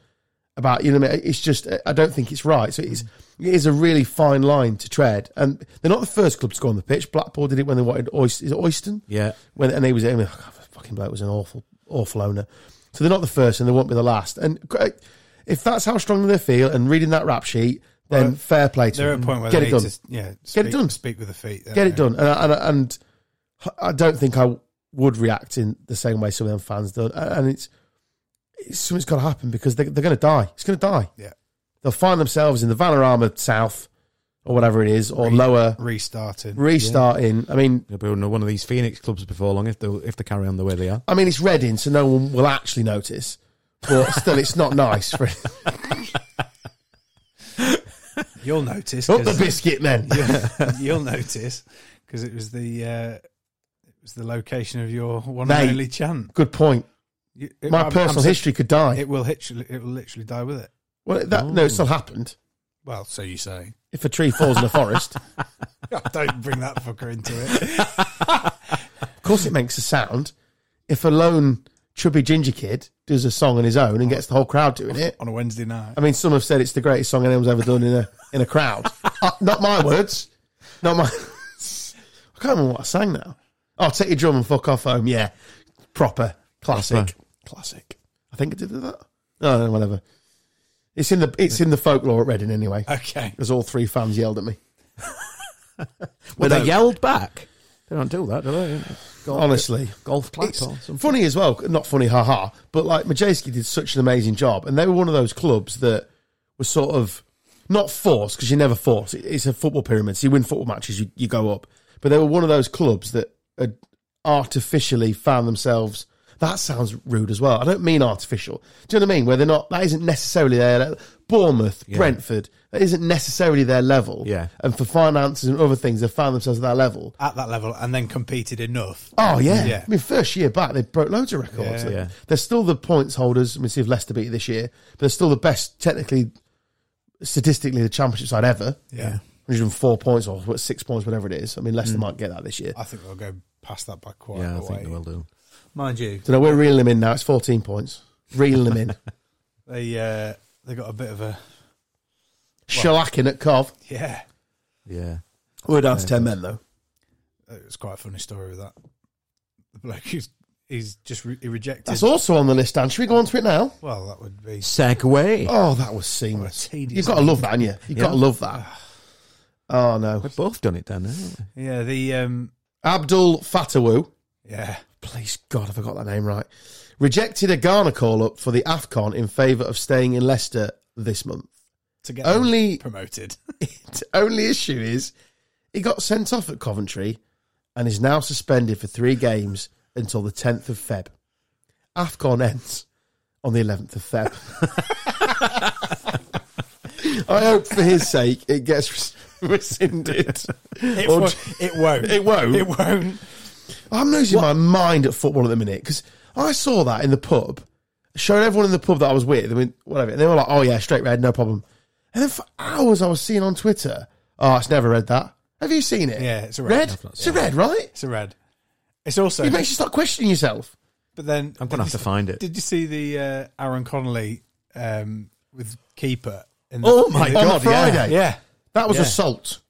Speaker 1: about. You know, what I mean? it's just I don't think it's right. So it's it is a really fine line to tread, and they're not the first club to go on the pitch. Blackpool did it when they wanted Oyst- is it Oyston
Speaker 3: Yeah,
Speaker 1: when and he was I mean, oh, God, fucking bloke was an awful awful owner. So they're not the first, and they won't be the last. And gr- if that's how strongly they feel, and reading that rap sheet, then
Speaker 2: Well,
Speaker 1: fair play to
Speaker 2: They're at
Speaker 1: them.
Speaker 2: a point where
Speaker 1: get
Speaker 2: they
Speaker 1: it
Speaker 2: need
Speaker 1: done.
Speaker 2: to, yeah, speak,
Speaker 1: Get it done.
Speaker 2: Speak with the feet. don't
Speaker 1: Get it
Speaker 2: they?
Speaker 1: done. And, I- and I- and I don't think I would react in the same way some of them fans do. And it's, it's something's got to happen because they, they're going to die. It's going to die.
Speaker 2: Yeah.
Speaker 1: They'll find themselves in the Vanarama South or whatever it is, or lower
Speaker 2: Restarting.
Speaker 1: restarting. I mean,
Speaker 3: they'll be under one of these Phoenix clubs before long if they if they carry on the way they are.
Speaker 1: I mean, it's Reading, so no one will actually notice. But still, it's not nice.
Speaker 2: [LAUGHS]
Speaker 1: For,
Speaker 2: You'll notice.
Speaker 1: up [LAUGHS] the [LAUGHS]
Speaker 2: 'cause-
Speaker 1: biscuit, then.
Speaker 2: you'll, [LAUGHS] you'll notice because it was the uh, it was the location of your one
Speaker 1: Mate.
Speaker 2: and only chant.
Speaker 1: Good point.
Speaker 2: You- it-
Speaker 1: My
Speaker 2: I'm- I'm
Speaker 1: personal
Speaker 2: saying
Speaker 1: history could die.
Speaker 2: It will literally, it will literally die with it.
Speaker 1: well, that, no, it's not happened.
Speaker 2: Well, so you say. [LAUGHS]
Speaker 1: If a tree falls in a forest,
Speaker 2: Don't bring that fucker into
Speaker 1: [LAUGHS]
Speaker 2: it.
Speaker 1: of course it makes a sound. If a lone chubby ginger kid does a song on his own and gets the whole crowd doing it,
Speaker 2: on a Wednesday night.
Speaker 1: I mean, some have said it's the greatest song anyone's ever done in a in a
Speaker 3: [LAUGHS]
Speaker 1: crowd. Uh, not my words. Not my. [LAUGHS] I can't remember what I sang now. Oh, take your drum and fuck off home. Yeah, proper classic,
Speaker 3: Proper.
Speaker 1: classic. I think I did that. No, no, whatever. It's in the it's in the folklore at Reading anyway.
Speaker 2: Okay.
Speaker 1: Because all three fans yelled at me.
Speaker 3: [LAUGHS] Well,
Speaker 1: But
Speaker 3: they
Speaker 1: no.
Speaker 3: yelled back. They don't do that, do they? Golf,
Speaker 1: Honestly,
Speaker 3: golf clap
Speaker 1: It's
Speaker 3: or something.
Speaker 1: funny as well, not funny, haha. But like Majeski did such an amazing job, and they were one of those clubs that was sort of not forced because you never force. It- It's a football pyramid. So you win football matches, you, you go up. But they were one of those clubs that had artificially found themselves. That sounds rude as well. I don't mean artificial. Do you know what I mean? Where they're not. That isn't necessarily their le- Bournemouth, Brentford. That isn't necessarily their level.
Speaker 3: Yeah.
Speaker 1: And for finances and other things, they found themselves at that level.
Speaker 2: At that level, and then competed enough.
Speaker 1: Oh yeah.
Speaker 2: Yeah.
Speaker 1: I mean, first year back, they broke loads of records.
Speaker 2: Yeah.
Speaker 3: Yeah.
Speaker 1: They're still the points holders. I mean, see if Leicester beat it this year, but they're still the best, technically, statistically, the championship side ever.
Speaker 2: Yeah.
Speaker 1: 104 points or what, six points, whatever it is. I mean, Leicester might get that this year.
Speaker 2: I think they'll go past that by quite
Speaker 3: Yeah, I
Speaker 2: a
Speaker 3: think
Speaker 2: way.
Speaker 3: they will do.
Speaker 2: Mind you,
Speaker 1: So no, we're reeling them in now. It's 14 points. Reeling [LAUGHS] them in.
Speaker 2: they uh, they got a bit of a
Speaker 1: Shellacking at Cov.
Speaker 2: yeah.
Speaker 3: Yeah.
Speaker 1: We're down to 10 men though.
Speaker 2: It's quite a funny story with that. The bloke who's he's just re- he rejected.
Speaker 1: That's also on the list, Dan. Should we go on to it now?
Speaker 2: Well, that would be
Speaker 3: Segway.
Speaker 1: Oh, that was seamless.
Speaker 2: What a tedious
Speaker 1: You've got to love that, haven't you? You've got to
Speaker 3: Yeah.
Speaker 1: love that. Oh, no.
Speaker 3: We've both done it, Dan. haven't we?
Speaker 2: yeah. The um
Speaker 1: Abdul Fatawu.
Speaker 2: yeah.
Speaker 1: please God, have I got that name right? Rejected a Ghana call up for the AFCON in favour of staying in Leicester this month. [LAUGHS]
Speaker 2: to get
Speaker 1: Only-
Speaker 2: them promoted. [LAUGHS]
Speaker 1: The only issue is he got sent off at Coventry and is now suspended for three games until the 10th of Feb. AFCON [LAUGHS] ends on the 11th of Feb. [LAUGHS] I hope for his sake it gets [LAUGHS] rescinded.
Speaker 2: It,
Speaker 1: Or-
Speaker 2: won't, it
Speaker 1: [LAUGHS]
Speaker 2: won't.
Speaker 1: It won't?
Speaker 2: It won't.
Speaker 1: I'm losing my mind at football at the minute because I saw that in the pub, showed everyone in the pub that I was with, I mean, whatever, and they were like, "Oh yeah, straight red, no problem." And then for hours I was seeing on Twitter, "Oh, it's never read that." Have you seen it?
Speaker 2: Yeah, it's a red.
Speaker 1: red.
Speaker 2: I've
Speaker 1: It's a red, right?
Speaker 2: It's a red. It's also.
Speaker 1: It makes you start questioning yourself.
Speaker 2: But then
Speaker 3: I'm going to have to find it.
Speaker 2: Did you see the uh, Aaron Connolly um, with keeper? In the,
Speaker 1: Oh my
Speaker 2: in the-
Speaker 1: God, Friday.
Speaker 2: Yeah,
Speaker 1: That was
Speaker 2: Yeah.
Speaker 1: assault.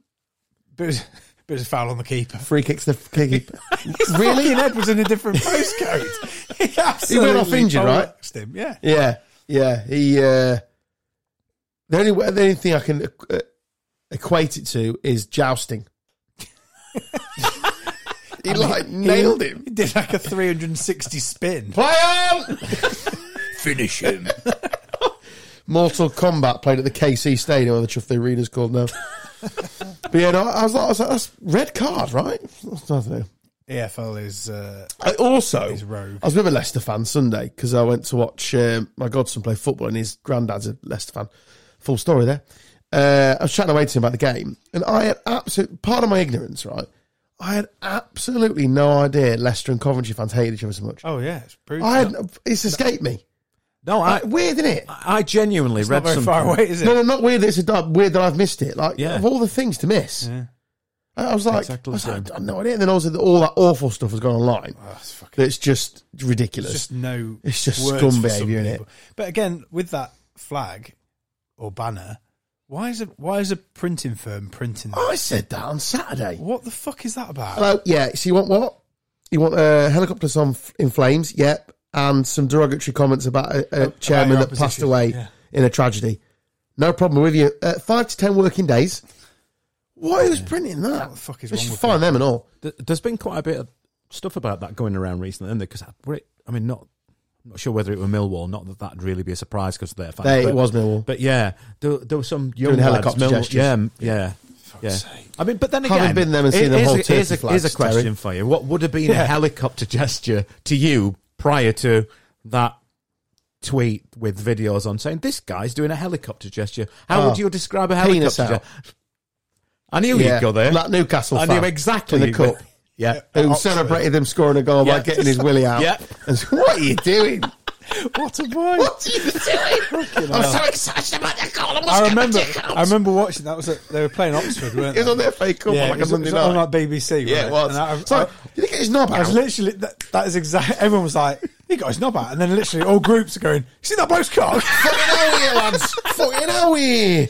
Speaker 2: but it was, [LAUGHS] but it was a foul on the keeper. [LAUGHS]
Speaker 1: Free kicks the keeper. really?
Speaker 2: Fucking Ed was in a different postcode. he, absolutely
Speaker 1: off injured, right?
Speaker 2: bollocks Him. Yeah,
Speaker 1: Yeah, yeah. He uh, the only way- the only thing I can
Speaker 2: [LAUGHS]
Speaker 1: uh, equate it to is jousting. He like nailed him.
Speaker 2: He did like a 360 spin.
Speaker 1: Play on!
Speaker 2: Finish him.
Speaker 1: [LAUGHS] Mortal Kombat played at the KC Stadium, or the Chuff the Arena's called
Speaker 2: [LAUGHS]
Speaker 1: now. but yeah, no, I was like, I was like, that's red card, right? That's nothing.
Speaker 2: EFL is. Uh,
Speaker 1: I also,
Speaker 2: He's rogue.
Speaker 1: I was with a Leicester fan Sunday because I went to watch um, my godson play football, and his granddad's a Leicester fan. Full story there. Uh, I was chatting away to him about the game, and I had absolute part of my ignorance, right? I had absolutely no idea Leicester and Coventry fans hated each other so much.
Speaker 2: oh, yeah. It's brutal.
Speaker 1: I had, it's escaped me.
Speaker 3: No, I,
Speaker 1: Weird, isn't it?
Speaker 3: I genuinely
Speaker 2: not
Speaker 3: read
Speaker 2: very
Speaker 3: some.
Speaker 2: far away, is it?
Speaker 1: No, no, not weird. that It's a dub. Weird that I've missed it. Like
Speaker 3: Yeah.
Speaker 1: of all the things to miss,
Speaker 2: Yeah.
Speaker 1: I I was like, I,
Speaker 3: Exactly
Speaker 1: was
Speaker 3: the
Speaker 1: like,
Speaker 3: same.
Speaker 1: I had no idea. And then also that all that awful stuff has gone online.
Speaker 2: Oh, it's fucking.
Speaker 1: It's just ridiculous.
Speaker 2: It's just no.
Speaker 1: It's just
Speaker 2: words
Speaker 1: scum
Speaker 2: for some
Speaker 1: behaviour, innit?
Speaker 2: people. But again, with that flag or banner, why is a why is a printing firm printing that?
Speaker 1: I said that on Saturday.
Speaker 2: What the fuck is that about?
Speaker 1: Hello, yeah. So you want what? You want uh, helicopters on f- in flames? Yep. And some derogatory comments about a, a chairman
Speaker 2: your
Speaker 1: that passed
Speaker 2: opposition,
Speaker 1: away
Speaker 2: yeah.
Speaker 1: in a tragedy. No problem with you. Uh, five to ten working days. Why who's printing that?
Speaker 2: What the fuck is
Speaker 1: They
Speaker 2: wrong
Speaker 1: should
Speaker 2: with
Speaker 1: fine them and all.
Speaker 3: Th- There's been quite a bit of stuff about that going around recently, isn't there? Because I mean, not I'm not sure whether it were Millwall. Not that that'd really be a surprise because they're fans.
Speaker 1: They,
Speaker 3: but,
Speaker 1: it was Millwall.
Speaker 3: but yeah, there, there were some young
Speaker 1: Doing
Speaker 3: lads,
Speaker 1: helicopter
Speaker 3: Millwall-
Speaker 1: gestures.
Speaker 3: Yeah, m- yeah. Yeah. I mean, but then again,
Speaker 1: Having been there and seen them
Speaker 3: here's
Speaker 1: hold
Speaker 3: a- here's a,
Speaker 1: turkey
Speaker 3: here's a
Speaker 1: flags, Terry.
Speaker 3: question for you: What would have been a
Speaker 2: Yeah.
Speaker 3: helicopter gesture to you prior to that tweet with videos on saying this guy's doing a helicopter gesture? How
Speaker 1: Oh.
Speaker 3: would you describe a
Speaker 1: Penis
Speaker 3: helicopter?
Speaker 1: out.
Speaker 3: gesture? I knew you'd go there.
Speaker 1: That Newcastle
Speaker 3: I
Speaker 1: fan.
Speaker 3: knew exactly
Speaker 1: In the
Speaker 3: you-
Speaker 1: cup.
Speaker 3: Yeah.
Speaker 1: Who
Speaker 2: Oxford.
Speaker 1: celebrated them scoring a goal by
Speaker 3: Yeah.
Speaker 1: getting his willy out.
Speaker 3: Yeah.
Speaker 1: And said, what are you doing?
Speaker 2: What a boy!
Speaker 3: [LAUGHS]
Speaker 1: What are you doing? I'm so excited about that goal. I'm
Speaker 2: I remember. I remember watching that. Was at, they were playing Oxford, weren't
Speaker 1: It
Speaker 2: they?
Speaker 1: was on their FA Cup
Speaker 2: yeah,
Speaker 1: on like
Speaker 2: it was,
Speaker 1: a Monday
Speaker 2: it was on
Speaker 1: night.
Speaker 2: like BBC.
Speaker 1: yeah, it
Speaker 2: wasn't
Speaker 1: was.
Speaker 2: And I, I-
Speaker 1: so, did he get his knob
Speaker 2: I was
Speaker 1: out?
Speaker 2: literally that, that is exactly. Everyone was like, "He got his knob out," and then literally all groups are going, "You see that bloke's
Speaker 1: [LAUGHS]
Speaker 2: cock?"
Speaker 1: fucking hell here, lads. fucking hell here.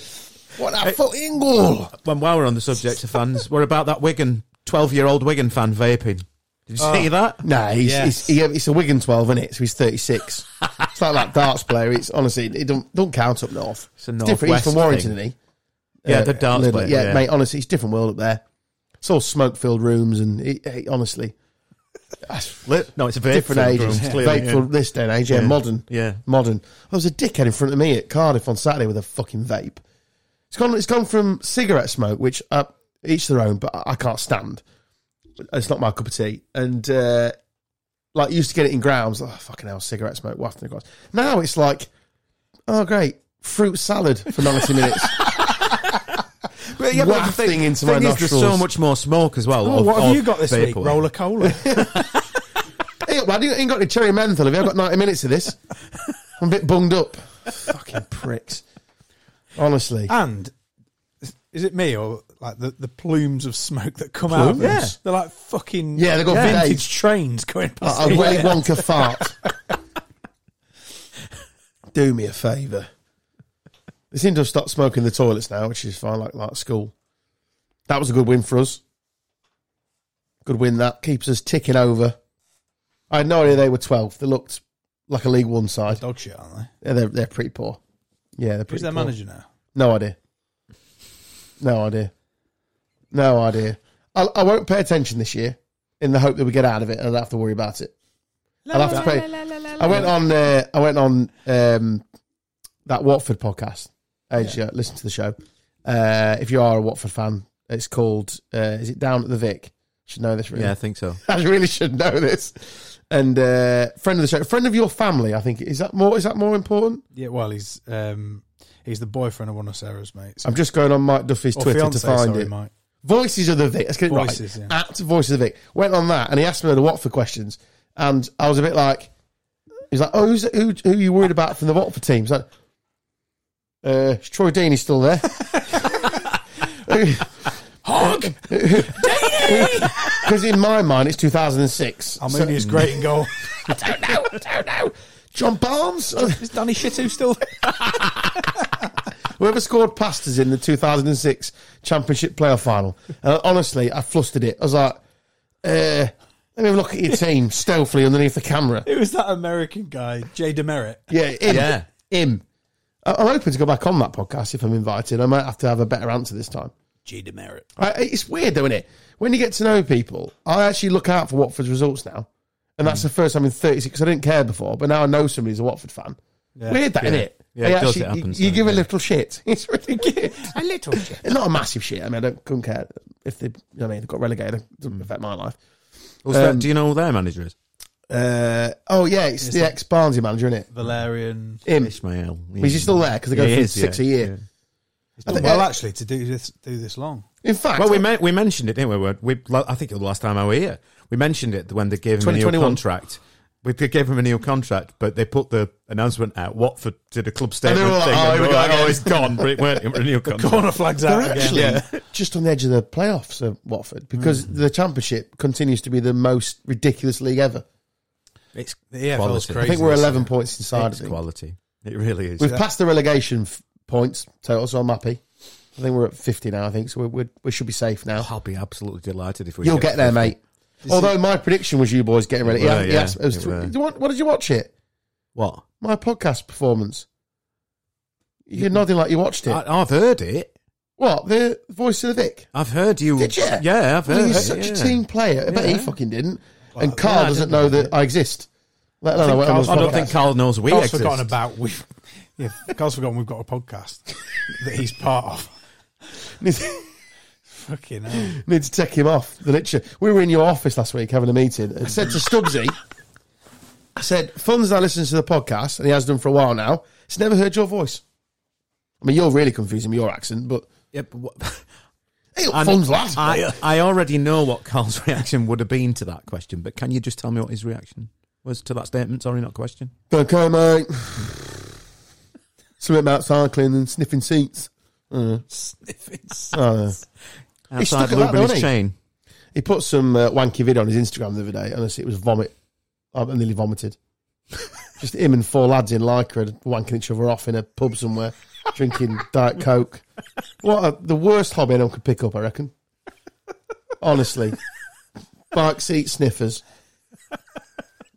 Speaker 1: What a fucking goal.
Speaker 3: When while we're on the subject of fans, we're about that Wigan twelve-year-old Wigan fan vaping. Did you see that?
Speaker 1: Nah, he's,
Speaker 2: Yes.
Speaker 1: he's, he, it's a Wigan 12, isn't it? So he's 36. it's like that darts player. It's honestly, it don't, don't count up north.
Speaker 3: It's a
Speaker 1: different. He's
Speaker 3: northwest
Speaker 1: from
Speaker 3: thing.
Speaker 1: Warrington, isn't he?
Speaker 3: Yeah,
Speaker 1: Uh,
Speaker 3: the darts
Speaker 1: Lidl.
Speaker 3: player.
Speaker 1: Yeah, mate, honestly, it's a different world up there. It's all smoke filled rooms, and it, it- honestly, that's
Speaker 3: Li- no, it's a vape
Speaker 1: different
Speaker 3: filled
Speaker 1: ages.
Speaker 3: room,
Speaker 1: Yeah.
Speaker 3: clearly,
Speaker 1: Vape for this day and age, yeah, modern.
Speaker 3: Yeah.
Speaker 1: Modern. There was a dickhead in front of me at Cardiff on Saturday with a fucking vape. It's gone. It's gone from cigarette smoke, which uh, each their own, but I, I can't stand. It's not my cup of tea. And uh, like used to get it in grounds. Oh fucking hell, cigarette smoke wafting across. Now it's like, oh great, fruit salad
Speaker 3: [LAUGHS]
Speaker 1: for ninety minutes.
Speaker 3: But
Speaker 1: wafting into my
Speaker 3: thing is,
Speaker 1: nostrils.
Speaker 3: there's so much more smoke as well.
Speaker 2: [LAUGHS] Oh,
Speaker 3: of-
Speaker 2: what have
Speaker 3: of
Speaker 2: you got this week?
Speaker 3: vaporwave.
Speaker 2: Roller cola. [LAUGHS]
Speaker 1: Hey, well, I ain't ain't got any cherry menthol. Have you? I've got 90 minutes of
Speaker 3: [LAUGHS]
Speaker 1: this. I'm a bit bunged up. Fucking pricks. Honestly.
Speaker 2: and is it me or like the, the plumes of smoke that come out? Of them?
Speaker 1: Plumes?
Speaker 2: they're like fucking
Speaker 1: Yeah, they've got
Speaker 2: vintage
Speaker 1: bidets.
Speaker 2: trains going past.
Speaker 1: A
Speaker 2: [LAUGHS] me.
Speaker 1: Willy Wonka fart. Do me a favour. They seem to have stopped smoking the toilets now, which is fine, like, like school. That was a good win for us. Good win that. Keeps us ticking over. I had no idea they were 12. They looked like a League One side.
Speaker 2: Dog shit, aren't they?
Speaker 1: Yeah, They're, they're pretty poor. Yeah, they're pretty
Speaker 2: Who's their
Speaker 1: poor.
Speaker 2: manager now?
Speaker 1: No idea. No idea. No idea. I, I won't pay attention this year in the hope that we get out of it and I don't have to worry about it. I'll have to pay. I went on. Uh, I went on um, that Watford podcast. As you listen to the show, uh, if you are a Watford fan, it's called. Uh, is it down at the Vic? Should know this. Really.
Speaker 3: Yeah, I think so.
Speaker 1: [LAUGHS] I really should know this. And uh, friend of the show, friend of your family. I think is that more. Is that more important?
Speaker 2: Yeah, well, he's um, he's the boyfriend of one of Sarah's mates.
Speaker 1: I'm just going on Mike Duffy's
Speaker 2: Or
Speaker 1: Twitter
Speaker 2: fiance,
Speaker 1: to find
Speaker 2: sorry,
Speaker 1: it.
Speaker 2: Mike.
Speaker 1: Voices of the Vic. Let's get it
Speaker 2: Voices,
Speaker 1: right.
Speaker 2: yeah.
Speaker 1: At Voices of the Vic. Went on that and he asked me the Watford questions. And I was a bit like, he's like, oh, who's, who, who are you worried about from the Watford team? He's like, uh, is Troy Deeney's still there. [LAUGHS] Hog!
Speaker 2: [LAUGHS]
Speaker 1: Because in my mind, it's 2006.
Speaker 2: Almunia is great in goal.
Speaker 1: don't know, don't know. John Barnes?
Speaker 2: [LAUGHS] is Danny Shitu still there? [LAUGHS]
Speaker 1: Whoever scored past us in the 2006 Championship playoff final, and honestly, I flustered it. I was like, uh, let me have a look at your team stealthily underneath the camera.
Speaker 2: Who is that American guy, Jay Demerit?
Speaker 1: Yeah, him.
Speaker 3: Yeah.
Speaker 1: Him. I- I'm hoping to go back on that podcast if I'm invited. I might have to have a better answer this time.
Speaker 2: G demerit.
Speaker 1: I, it's weird though, isn't it? When you get to know people, I actually look out for Watford's results now, and
Speaker 3: Hmm.
Speaker 1: that's the first time in 36 because I didn't care before, but now I know somebody's a Watford fan. Weird that, isn't it?
Speaker 3: Yeah,
Speaker 1: They
Speaker 3: it does,
Speaker 1: actually-
Speaker 3: it happens,
Speaker 1: You, you
Speaker 3: doesn't
Speaker 1: give
Speaker 3: it?
Speaker 1: a little shit. [LAUGHS] It's really good.
Speaker 2: A little shit.
Speaker 1: It's not a massive shit. I mean, I don't couldn't care if they, you know, what I mean, they got relegated. It
Speaker 3: Hmm.
Speaker 1: doesn't affect my life.
Speaker 3: Also,
Speaker 1: Um,
Speaker 3: do you know who their manager is?
Speaker 1: Uh, oh yeah, it's, the ex Barnsley manager, isn't it?
Speaker 2: Valerian.
Speaker 1: Him.
Speaker 3: Ishmael.
Speaker 1: He's just still there because they go
Speaker 3: He
Speaker 1: for
Speaker 3: is,
Speaker 1: six
Speaker 3: yeah,
Speaker 1: a year.
Speaker 3: yeah.
Speaker 1: I think-
Speaker 2: Well, actually, to do this do this long.
Speaker 1: in fact,
Speaker 3: Well, we men- we mentioned it, didn't we? We're- We, we I think it was the last time I were here. We mentioned it when they gave him a new
Speaker 1: 2021.
Speaker 3: contract. We they gave him a new contract, but they put the announcement out. Watford did a club
Speaker 1: they were
Speaker 3: statement
Speaker 1: like,
Speaker 3: thing,
Speaker 1: "Oh,
Speaker 3: and
Speaker 1: here we
Speaker 3: we were
Speaker 1: go
Speaker 3: like,
Speaker 1: again."
Speaker 3: "Oh, it's gone." But it weren't. It were a new contract.
Speaker 2: Corner flags out
Speaker 1: they're
Speaker 2: again.
Speaker 1: actually [LAUGHS] just on the edge of the playoffs at Watford because
Speaker 3: Hmm.
Speaker 1: the Championship continues to be the most ridiculous league ever.
Speaker 3: It's
Speaker 2: Yeah,
Speaker 3: quality.
Speaker 1: I think we're 11 points inside.
Speaker 3: It's
Speaker 1: of it.
Speaker 3: quality. It really is.
Speaker 1: We've passed the relegation f- points total, so I'm happy. I think we're at 50 now. I think so. We're, we're, we should be safe now.
Speaker 3: Oh, I'll be absolutely delighted if we.
Speaker 1: You'll get there,
Speaker 3: fifty.
Speaker 1: mate. Although my prediction was you boys getting ready.
Speaker 3: were,
Speaker 1: Yeah,
Speaker 3: yeah,
Speaker 1: yes. It was
Speaker 3: it
Speaker 1: thr-
Speaker 3: were.
Speaker 1: Do you want- what did you watch it?
Speaker 3: What?
Speaker 1: My podcast performance. You're nodding like you watched it.
Speaker 3: I, I've heard it.
Speaker 1: what? The voice of the Vic?
Speaker 3: I've heard you.
Speaker 1: Did you?
Speaker 3: Yeah, I've heard.
Speaker 1: Well,
Speaker 3: it,
Speaker 1: you're such a
Speaker 3: yeah.
Speaker 1: team player. I bet he
Speaker 3: Yeah.
Speaker 1: fucking didn't. and Carl
Speaker 3: I
Speaker 1: doesn't
Speaker 3: didn't
Speaker 1: know
Speaker 3: know
Speaker 1: that I exist. Let alone
Speaker 2: think
Speaker 1: what
Speaker 2: Carl's-
Speaker 1: else
Speaker 3: I don't
Speaker 1: podcast.
Speaker 3: think Carl knows we
Speaker 2: Carl's
Speaker 3: exist.
Speaker 2: forgotten about we. Yeah, Carl's forgotten we've got a podcast [LAUGHS] that he's part [LAUGHS] of. Fucking hell.
Speaker 1: Need to take him off the literature. We were in your office last week having a meeting and said to Stubbsy, I said, Funds that listens to the podcast, and he has done for a while now, he's never heard your voice. I mean, you're really confusing with your accent, but
Speaker 3: Yeah, but what-
Speaker 1: hey,
Speaker 3: And
Speaker 1: Funds lad.
Speaker 3: I, I already know what Carl's [LAUGHS] reaction would have been to that question, but can you just tell me what his reaction was to that statement? Sorry, not question.
Speaker 1: okay, mate. [SIGHS] Something about cycling and sniffing seats. Uh.
Speaker 3: [LAUGHS]
Speaker 2: Sniffing.
Speaker 1: Oh, He stuck
Speaker 3: Outside
Speaker 1: at that,
Speaker 3: lubing
Speaker 1: don't he?
Speaker 3: his chain.
Speaker 1: He put some uh, wanky video on his Instagram the other day. Honestly, it was vomit. I nearly vomited. [LAUGHS] Just him and four lads in lycra wanking each other off in a pub somewhere, drinking diet coke. What a, the worst hobby anyone could pick up, I reckon. Honestly, bike seat sniffers.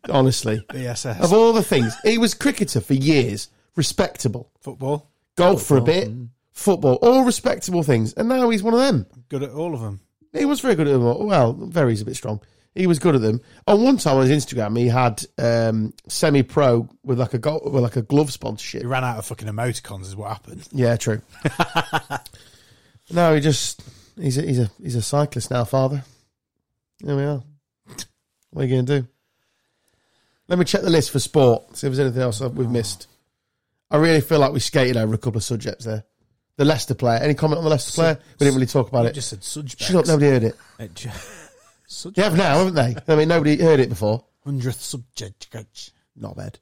Speaker 1: Honestly,
Speaker 2: BSS.
Speaker 1: of all the things, he was cricketer for years, respectable.
Speaker 2: Football.
Speaker 1: Golf for a bit, football, all respectable things, and now he's one of them.
Speaker 2: Good at all of them.
Speaker 1: He was very good at them. all. Well, very's a bit strong. He was good at them. On one time on his Instagram, he had um, semi-pro with like a go- with like a glove sponsorship.
Speaker 2: He ran out of fucking emoticons, is what happened.
Speaker 1: Yeah, true. [LAUGHS] no, he just he's a, he's a he's a cyclist now, father. There we are. What are you going to do? Let me check the list for sport. See if there's anything else that we've missed. I really feel like we skated over a couple of subjects there. The Leicester player. Any comment on the Leicester player? We didn't really talk about
Speaker 2: I
Speaker 1: it.
Speaker 2: just said Sudgebecks.
Speaker 1: Shut up! Nobody heard it.
Speaker 3: It ju-
Speaker 1: They have now, haven't they? I mean, nobody heard it before.
Speaker 2: Hundredth subject judge.
Speaker 1: Not bad.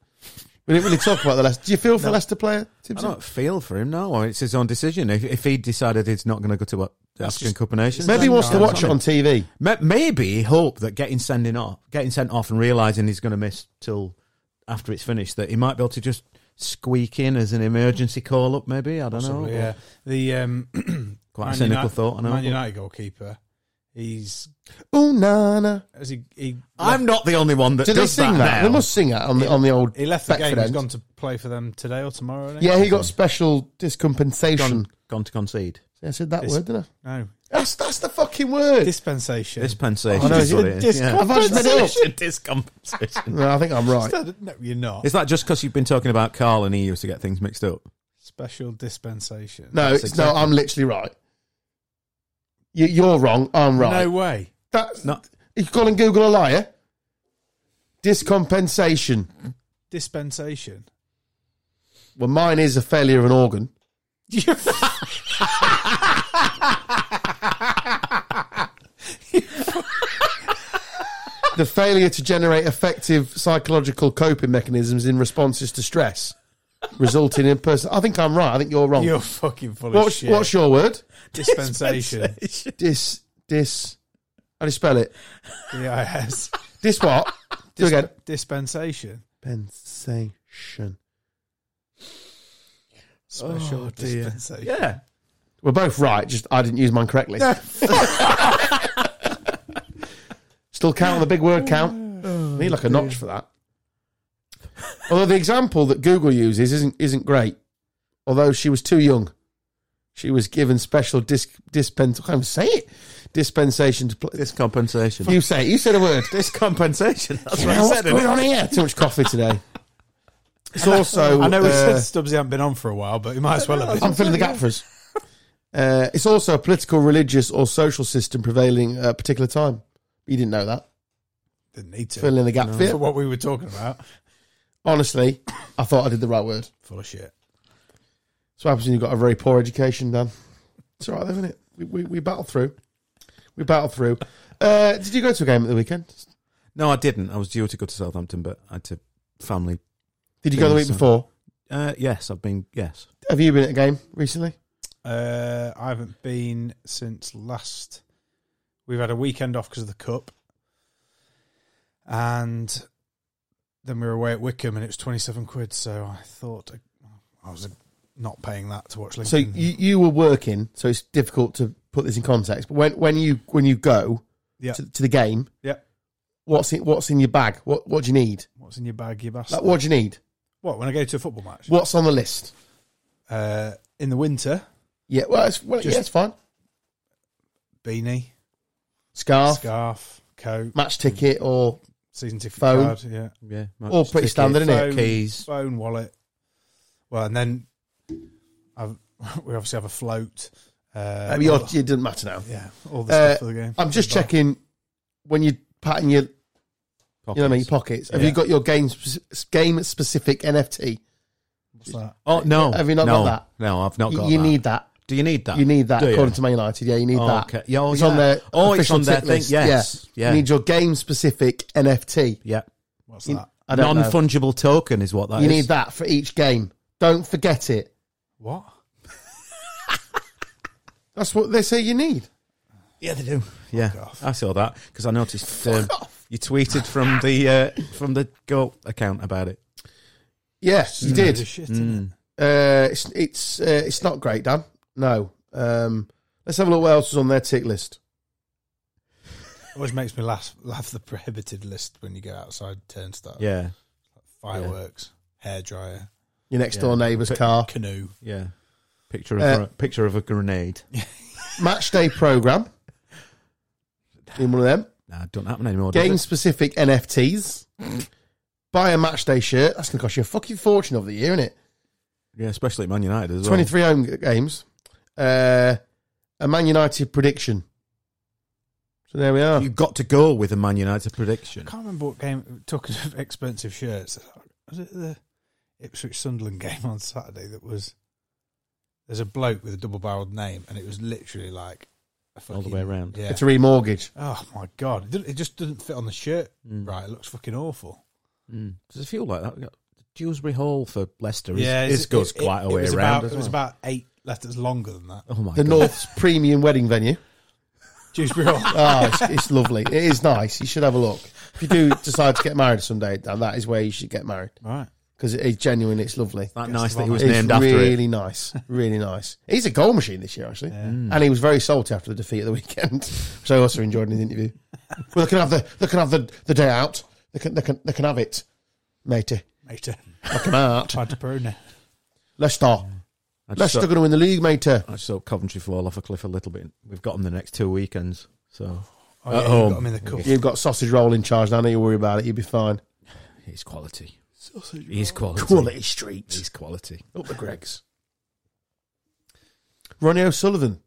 Speaker 1: We didn't really talk about the Leicester. Do you feel for the Leicester player,
Speaker 3: I
Speaker 1: Tibbsy?
Speaker 3: don't feel for him now. It's his own decision. If, if he decided he's not going to go to what, the African Cup of Nations,
Speaker 1: Maybe he wants to watch it on TV.
Speaker 3: Ma- maybe hope that getting sending off, getting sent off, and realizing he's going to miss till after it's finished, that he might be able to just squeak in as an emergency call up. Maybe I don't know.
Speaker 2: yeah.
Speaker 3: [CLEARS THROAT]
Speaker 2: The um,
Speaker 3: Quite a
Speaker 2: Man
Speaker 3: cynical
Speaker 2: United-
Speaker 3: thought. I know.
Speaker 2: Man
Speaker 3: but-
Speaker 2: United goalkeeper. He's
Speaker 1: Ooh, na na.
Speaker 2: as he he
Speaker 3: I'm not the only one that
Speaker 1: Do they
Speaker 3: does
Speaker 1: sing that?
Speaker 3: that. now.
Speaker 1: They must sing that on the on the old.
Speaker 2: he left the
Speaker 1: Beckford
Speaker 2: game. He's
Speaker 1: end.
Speaker 2: gone to play for them today or tomorrow. Isn't he?
Speaker 1: Yeah, he got special discompensation.
Speaker 3: gone, gone to concede.
Speaker 1: I said that
Speaker 2: Dis-
Speaker 1: word, didn't I?
Speaker 2: No
Speaker 1: That's that's the fucking word.
Speaker 2: dispensation.
Speaker 3: Dispensation.
Speaker 1: I know,
Speaker 3: is what
Speaker 1: it's
Speaker 3: it is, yeah.
Speaker 1: I've actually [LAUGHS] made it up.
Speaker 3: Discompensation.
Speaker 1: No, I think I'm right.
Speaker 2: no, you're
Speaker 3: [LAUGHS]
Speaker 2: not.
Speaker 3: Is that just because you've been talking about Carl and he used to get things mixed up?
Speaker 2: Special dispensation.
Speaker 1: No, it's no. I'm literally right. You, you're wrong. I'm right.
Speaker 2: no way.
Speaker 1: That's
Speaker 3: No.
Speaker 1: You calling Google a liar? Discompensation.
Speaker 2: Dispensation. [LAUGHS]
Speaker 1: Well, mine is a failure of an organ. the failure to generate effective psychological coping mechanisms in responses to stress, resulting in person. I think I'm right. I think you're wrong.
Speaker 2: [LAUGHS] You're fucking full of
Speaker 1: what's,
Speaker 2: shit.
Speaker 1: what's your word?
Speaker 2: dispensation?
Speaker 1: Dis. Dis. How do you spell it?
Speaker 2: Dis-
Speaker 1: Dis what? Do it again.
Speaker 2: dispensation.
Speaker 1: Dispensation.
Speaker 2: Special
Speaker 3: Oh,
Speaker 2: dispensation.
Speaker 3: Yeah.
Speaker 1: We're both right. Just I didn't use mine correctly. Still count on the big word count. Need like a notch for that. Although the example that Google uses isn't isn't great. Although she was too young, She was given special disc, dispense. I can't even say it. Dispensation to play.
Speaker 3: This compensation.
Speaker 1: [LAUGHS] You say it. You said a word.
Speaker 3: This compensation. That's
Speaker 1: You know, what's going on here? Too much coffee today. It's also.
Speaker 2: I know we
Speaker 1: uh,
Speaker 2: said Stubbsy hadn't been on for a while, but he might as well have been.
Speaker 1: I'm filling the gap for us. Uh, it's also a political, religious, or social system prevailing at a particular time. You didn't know that.
Speaker 2: Didn't need to.
Speaker 1: Filling the gap for
Speaker 2: For
Speaker 1: you.
Speaker 2: what we were talking about.
Speaker 1: Honestly, I thought I did the right word.
Speaker 2: Full of shit.
Speaker 1: So happens when you've got a very poor education, Dan. It's all right, though, isn't it? We, we, we battle through. We battle through. Uh, did you go to a game at the weekend?
Speaker 3: No, I didn't. I was due to go to Southampton, but I had to family.
Speaker 1: Did you go the week
Speaker 3: Yes, sir.
Speaker 1: before?
Speaker 3: Uh, yes, I've been. Yes,
Speaker 1: Have you been at a game recently?
Speaker 2: Uh, I haven't been since last. We've had a weekend off because of the cup, and then we were away at Wickham, and it was twenty-seven quid. So I thought uh, I was not paying that to watch
Speaker 1: So
Speaker 2: Lincoln.
Speaker 1: you, you were working, so it's difficult to put this in context. But when, when you when you go
Speaker 2: Yeah.
Speaker 1: to, to the game,
Speaker 2: Yeah.
Speaker 1: what's in, what's in your bag? What what do you need?
Speaker 2: What's in your bag, you bastard?
Speaker 1: Like, what do you need?
Speaker 2: What, when I go to a football match?
Speaker 1: What's on the list?
Speaker 2: Uh, in the winter,
Speaker 1: Yeah, well, it's, well
Speaker 2: Just-
Speaker 1: yeah, it's fine.
Speaker 2: beanie,
Speaker 1: Scarf,
Speaker 2: scarf, coat,
Speaker 1: match ticket, or
Speaker 2: season ticket
Speaker 1: Phone.
Speaker 2: card, yeah,
Speaker 3: yeah,
Speaker 1: all pretty standard, isn't it?
Speaker 2: Phone,
Speaker 3: Keys.
Speaker 2: phone, wallet. Well, and then I've, [LAUGHS] we obviously have a float. Uh,
Speaker 1: I mean, you're,
Speaker 2: all-
Speaker 1: it doesn't matter now.
Speaker 2: yeah, all the
Speaker 1: Uh,
Speaker 2: stuff for the game.
Speaker 1: I'm just checking when you're patting your you know what I mean, your pockets. Have
Speaker 2: Yeah.
Speaker 1: you got your game spe- game specific NFT?
Speaker 2: What's that?
Speaker 3: Oh no!
Speaker 1: Have you not got
Speaker 3: no,
Speaker 1: that?
Speaker 3: No, I've not
Speaker 1: You,
Speaker 3: got.
Speaker 1: you
Speaker 3: that.
Speaker 1: need that.
Speaker 3: Do you need that?
Speaker 1: You need that
Speaker 3: Do you?
Speaker 1: according to Man United. Yeah, you need
Speaker 3: Oh,
Speaker 1: that.
Speaker 3: okay. Yeah, oh,
Speaker 1: it's
Speaker 3: yeah.
Speaker 1: on their
Speaker 3: Oh, it's
Speaker 1: official
Speaker 3: on their
Speaker 1: tick
Speaker 3: thing.
Speaker 1: list.
Speaker 3: Yes.
Speaker 1: Yeah.
Speaker 3: Yeah.
Speaker 1: You need your game specific NFT.
Speaker 3: Yeah.
Speaker 2: What's
Speaker 1: You-
Speaker 2: that?
Speaker 1: I don't
Speaker 3: Non
Speaker 1: know.
Speaker 3: fungible token is what that is.
Speaker 1: You need that for each game. Don't forget it.
Speaker 2: What?
Speaker 1: That's what they say you need.
Speaker 3: Yeah, they do. Yeah,
Speaker 2: off.
Speaker 3: I saw that because I
Speaker 2: [LAUGHS]
Speaker 3: noticed um, you tweeted from the uh, from the Go account about it.
Speaker 1: Yes, you
Speaker 2: Load
Speaker 3: Mm.
Speaker 2: of
Speaker 1: did.
Speaker 2: shit, isn't it?
Speaker 1: Uh, it's it's uh, it's not great, Dan. No. Um, let's have a look. What else is on their tick list?
Speaker 2: Always makes me laugh. Laugh the prohibited list when you go outside turnstile.
Speaker 3: Yeah,
Speaker 2: Fireworks, hairdryer,
Speaker 1: Your next
Speaker 3: Yeah.
Speaker 1: door neighbour's
Speaker 3: [LAUGHS]
Speaker 1: car.
Speaker 2: canoe.
Speaker 3: yeah. Picture of
Speaker 1: Uh,
Speaker 3: a, picture of a grenade.
Speaker 1: Match day program. In one of them.
Speaker 3: Nah, don't happen anymore. does
Speaker 1: Game
Speaker 3: it?
Speaker 1: specific NFTs. Buy a match day shirt. That's going to cost you a fucking fortune over the year, isn't it?
Speaker 3: Yeah, especially at Man United as well.
Speaker 1: 23 home g- games. Uh, a Man United prediction. So there we are.
Speaker 3: You've got to go with a Man United prediction.
Speaker 2: I can't remember what game. Talking of [LAUGHS] expensive shirts, was it the Ipswich Sunderland [LAUGHS] game on Saturday that was? There's a bloke with a double-barreled name, and it was literally like a
Speaker 3: All the
Speaker 2: fucking-
Speaker 3: way around.
Speaker 2: Yeah.
Speaker 1: It's a remortgage.
Speaker 2: oh my god! It didn't- It just doesn't fit on the shirt. Right, it looks fucking awful.
Speaker 3: Mm. Does it feel like that? Dewsbury Hall for Leicester is,
Speaker 2: Yeah,
Speaker 3: is
Speaker 2: it-
Speaker 3: goes
Speaker 2: it-
Speaker 3: quite
Speaker 2: it-
Speaker 3: a way
Speaker 2: it was
Speaker 3: around.
Speaker 2: About,
Speaker 3: as
Speaker 2: It was
Speaker 3: well.
Speaker 2: about eight letters longer than that. [LAUGHS]
Speaker 3: oh my
Speaker 1: The
Speaker 3: god!
Speaker 1: North's premium wedding venue.
Speaker 2: Dewsbury [LAUGHS] Hall.
Speaker 1: Oh,
Speaker 3: [LAUGHS]
Speaker 1: it's, it's lovely. It is nice. You should have a look. If you do decide to get married someday, Dan, that is where you should get married
Speaker 2: right.
Speaker 1: because it is genuine. It's lovely.
Speaker 3: that nice that he was
Speaker 1: It's
Speaker 3: named after
Speaker 1: really
Speaker 3: it.
Speaker 1: nice, really nice. He's a goal machine this year, actually, and he was very salty after the defeat of the weekend, [LAUGHS] which I also enjoyed in his interview. well, they can have the they can have the, the day out. They can they can they can have it, matey.
Speaker 2: Later.
Speaker 1: Come out,
Speaker 2: Tried to burn it.
Speaker 1: Leicester.
Speaker 3: I just
Speaker 1: Leicester
Speaker 3: hope-
Speaker 1: going to win the league, matey.
Speaker 3: I just hope Coventry fall off a cliff a little bit. We've got them the next two weekends, so
Speaker 2: Oh,
Speaker 3: At
Speaker 2: yeah, you've
Speaker 3: home.
Speaker 2: Got him in the cup.
Speaker 1: You've got sausage roll in charge now. Don't you worry about it. You'll be fine.
Speaker 3: he's quality. He's quality.
Speaker 1: Quality streets.
Speaker 3: He's quality.
Speaker 1: Up the Gregs. Ronnie O'Sullivan.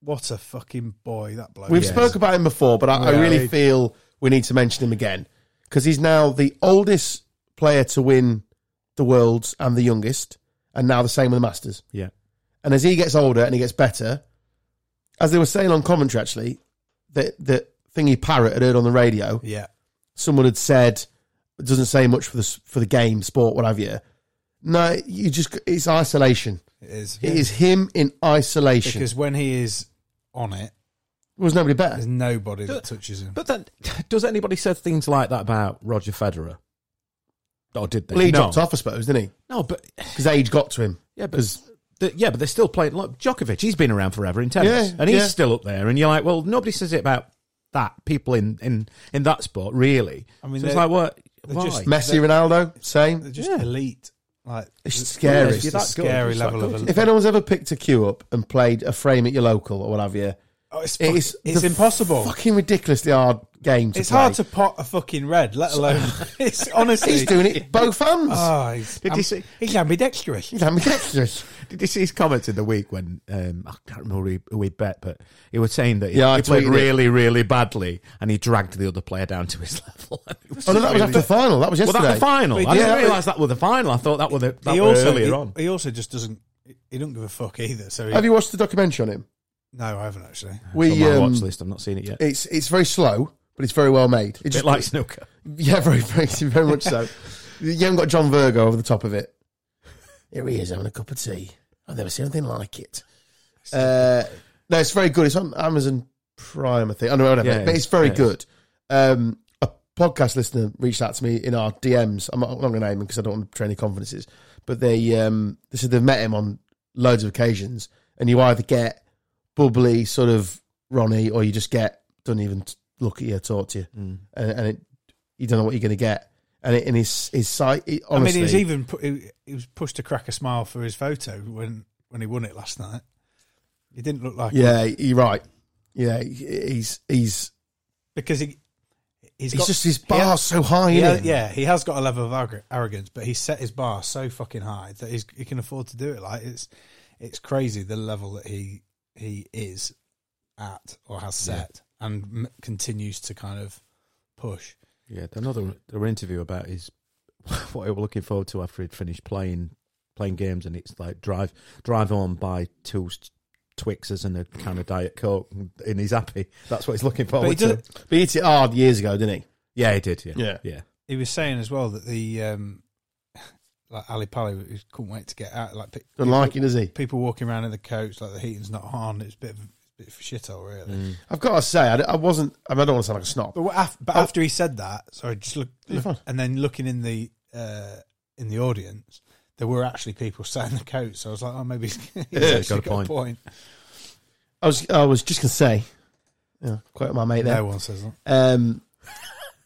Speaker 2: What a fucking boy that bloke.
Speaker 1: We've
Speaker 2: is.
Speaker 1: spoke about him before, but I, I
Speaker 2: Yeah.
Speaker 1: really feel we need to mention him again because he's now the oldest player to win the Worlds and the youngest, and now the same with the Masters.
Speaker 3: Yeah.
Speaker 1: And as he gets older and he gets better, as they were saying on commentary, actually, that that thingy parrot had heard on the radio,
Speaker 2: Yeah.
Speaker 1: someone had said, it doesn't say much for the s- for the game, sport, what have you. No, you just it's isolation.
Speaker 2: It is.
Speaker 1: It is him in isolation.
Speaker 2: Because when he is on it,
Speaker 1: there was nobody better.
Speaker 2: there's nobody that touches him.
Speaker 3: But then, does anybody say things like that about Roger Federer? Or did they?
Speaker 1: Well, he
Speaker 3: no.
Speaker 1: dropped off, I suppose, didn't he?
Speaker 3: No, but
Speaker 1: Because age got to him.
Speaker 3: yeah, but the, yeah, but they're still playing. Look, Djokovic, he's been around forever in tennis,
Speaker 1: Yeah,
Speaker 3: and he's
Speaker 1: yeah.
Speaker 3: still up there. And you're like, well, nobody says it about that. People in in in that sport, really. I
Speaker 2: mean,
Speaker 3: mean, so it's
Speaker 2: they're-
Speaker 3: like what?
Speaker 2: they're
Speaker 3: Why?
Speaker 2: just-
Speaker 1: Messi, Ronaldo, same.
Speaker 2: They're just
Speaker 3: Yeah.
Speaker 2: elite. Like
Speaker 1: It's
Speaker 2: th-
Speaker 1: scary.
Speaker 2: It's
Speaker 3: If you're
Speaker 2: the
Speaker 3: that good,
Speaker 2: scary
Speaker 3: it's that
Speaker 2: level
Speaker 3: good.
Speaker 2: of.
Speaker 1: If anyone's ever picked a queue up and played a frame at your local or what have you,
Speaker 2: oh, it's fuck-
Speaker 1: it's
Speaker 2: it's,
Speaker 1: the
Speaker 2: impossible.
Speaker 1: fucking ridiculously hard game to
Speaker 2: it's
Speaker 1: play.
Speaker 2: hard to pot a fucking red, let alone.
Speaker 1: [LAUGHS]
Speaker 2: [LAUGHS] it's honestly.
Speaker 1: He's doing it both hands.
Speaker 2: Oh, he's,
Speaker 3: Did you see-
Speaker 2: he's ambidextrous.
Speaker 1: He's ambidextrous.
Speaker 3: Did you see his comment in the week when um, I can't remember who he, who he bet, but he was saying that he,
Speaker 1: Yeah, I
Speaker 3: he played
Speaker 1: tweeted it.
Speaker 3: really, really badly and he dragged the other player down to his [LAUGHS] level.
Speaker 1: Oh no, that was after the final. That was
Speaker 3: Well,
Speaker 1: yesterday.
Speaker 3: that's the final.
Speaker 2: But
Speaker 3: I
Speaker 1: yeah,
Speaker 3: didn't
Speaker 1: but-
Speaker 3: realise that were the final. I thought that were the that
Speaker 2: he
Speaker 3: were
Speaker 2: also
Speaker 3: earlier
Speaker 2: he,
Speaker 3: on.
Speaker 2: he also just doesn't. He don't give a fuck either. So he,
Speaker 1: Have you watched the documentary on him?
Speaker 2: no, I haven't actually.
Speaker 3: It's on
Speaker 1: We
Speaker 3: my
Speaker 1: um,
Speaker 3: watch list. I'm not seeing it yet. A
Speaker 1: it's it's very slow, but it's very well made. It
Speaker 3: bit like snooker.
Speaker 1: [LAUGHS] yeah, very very very much [LAUGHS] so. You haven't got John Virgo over the top of it. Here he is having a cup of tea. I've never seen anything like it. Uh, no, it's very good. It's on Amazon Prime, I think. I don't know whatever,
Speaker 3: Yeah,
Speaker 1: but it's very
Speaker 3: yeah.
Speaker 1: good. Um, a podcast listener reached out to me in our DMs. I'm not, I'm not going to name him because I don't want to betray any confidences. But they um, they said they've met him on loads of occasions, and you either get bubbly sort of Ronnie, or you just get don't even t- look at you, talk to you,
Speaker 2: Hmm.
Speaker 1: and, and it, you don't know what you're going to get. And it, in his his sight, it, honestly,
Speaker 2: I mean, he's even pu- he, he was pushed to crack a smile for his photo when when he won it last night. He didn't look like it
Speaker 1: yeah, you're right. Yeah, he- he's he's
Speaker 2: because he he's,
Speaker 1: he's
Speaker 2: got,
Speaker 1: just his
Speaker 2: he
Speaker 1: bar's
Speaker 2: has-
Speaker 1: so high.
Speaker 2: he
Speaker 1: Yeah,
Speaker 2: has- yeah, he has got a level of arro- arrogance, but he set his bar so fucking high that he's, he can afford to do it. Like it's it's crazy the level that he he is at or has set and m- continues to kind of push.
Speaker 3: Yeah, another another interview about his [LAUGHS] what he was looking forward to after he'd finished playing playing games, and it's like drive drive home by two s- Twixes and a kind of diet coke, and he's happy. That's what he's looking
Speaker 2: But he
Speaker 3: forward to.
Speaker 2: doesn't,
Speaker 1: But he hit it hard years ago, didn't he?
Speaker 3: Yeah, he did. Yeah,
Speaker 1: Yeah.
Speaker 3: yeah.
Speaker 2: he was saying as well that the um, [SIGHS] like Ali Pali he couldn't wait to get out. Like pe-
Speaker 1: Don't like it, does he?
Speaker 2: people walking around in the coach, like the heating's not on. It's a bit of, a bit of a shithole, really.
Speaker 1: I've got to say, I, I wasn't. I, mean, I don't want to sound like a snob.
Speaker 2: But, what af- but after he said that, sorry, just look,
Speaker 1: Oh. You're
Speaker 2: look-
Speaker 1: fine.
Speaker 2: and then looking in the uh, in the audience, there were actually people sat in the coach. So I was like, oh,
Speaker 1: [LAUGHS]
Speaker 2: maybe [LAUGHS] he's, he's actually got, a, point.
Speaker 1: I was I was just gonna say, yeah, quote my mate there.
Speaker 2: No one says that.
Speaker 1: Um,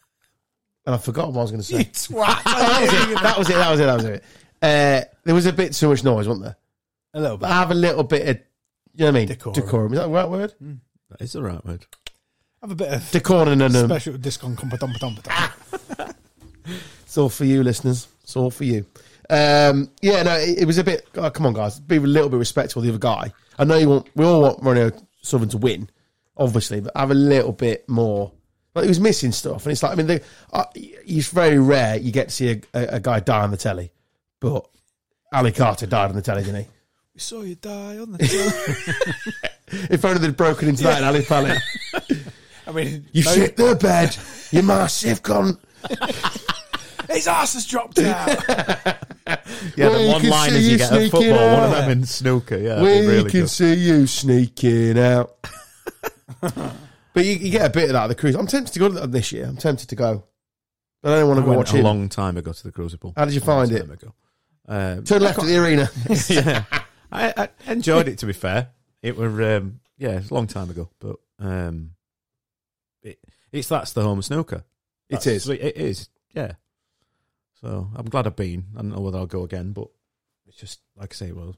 Speaker 1: [LAUGHS] and I forgot what I was going to say. [LAUGHS]
Speaker 2: twat!
Speaker 1: that, was it, that was it. That was it. That was it. Uh, there was a bit too much noise, wasn't there?
Speaker 2: a little
Speaker 1: But
Speaker 2: bit.
Speaker 1: I have a little bit of, you know what I mean?
Speaker 2: Decorum.
Speaker 1: Is that the right word?
Speaker 3: That is the right word.
Speaker 2: Have a
Speaker 1: [LAUGHS]
Speaker 2: bit of
Speaker 1: Decorum and um,
Speaker 2: special discount.
Speaker 1: Ah. it's all for you, listeners. It's all for you. Um, yeah, no, it, it was a bit. Oh, come on, guys, be a little bit respectful of the other guy. I know you want. We all want Ronnie Southern to win, obviously, but have a little bit more. Like he was missing stuff, and it's like I mean, they, uh, it's very rare you get to see a, a, a guy die on the telly, but Ali Carter died on the telly, didn't he?
Speaker 2: we saw you die on the. [LAUGHS]
Speaker 1: If only they'd broken into that in Ali [LAUGHS] Pally.
Speaker 2: I mean,
Speaker 1: You
Speaker 2: no-
Speaker 1: shit the bed. You massive cunt.
Speaker 2: his ass has dropped out.
Speaker 1: [LAUGHS]
Speaker 3: Yeah,
Speaker 1: Well,
Speaker 3: the
Speaker 1: you
Speaker 3: one
Speaker 1: can
Speaker 3: line
Speaker 1: see
Speaker 3: is
Speaker 1: you
Speaker 3: you get a
Speaker 1: sneaking
Speaker 3: football, one of
Speaker 1: out.
Speaker 3: them in snooker. Yeah,
Speaker 1: we
Speaker 3: it'd be really
Speaker 1: can
Speaker 3: good.
Speaker 1: see you sneaking out. [LAUGHS] but you, you get a bit of that at the cruise. I'm tempted to go to that this year. I'm tempted to go. But I don't want
Speaker 3: I
Speaker 1: to go
Speaker 3: went
Speaker 1: watch
Speaker 3: a
Speaker 1: it.
Speaker 3: long time ago to the Crucible.
Speaker 1: How did you
Speaker 3: A long
Speaker 1: find it?
Speaker 3: time ago. Um,
Speaker 1: Turn left at the arena.
Speaker 3: [LAUGHS] yeah, I, I enjoyed it. To be fair, it were um, yeah, it's a long time ago, but um, it, it's that's the home of snooker.
Speaker 1: It
Speaker 3: That's-
Speaker 1: is.
Speaker 3: It is. Yeah. So I'm glad I've been. I don't know whether I'll go again, but it's just like I say, well,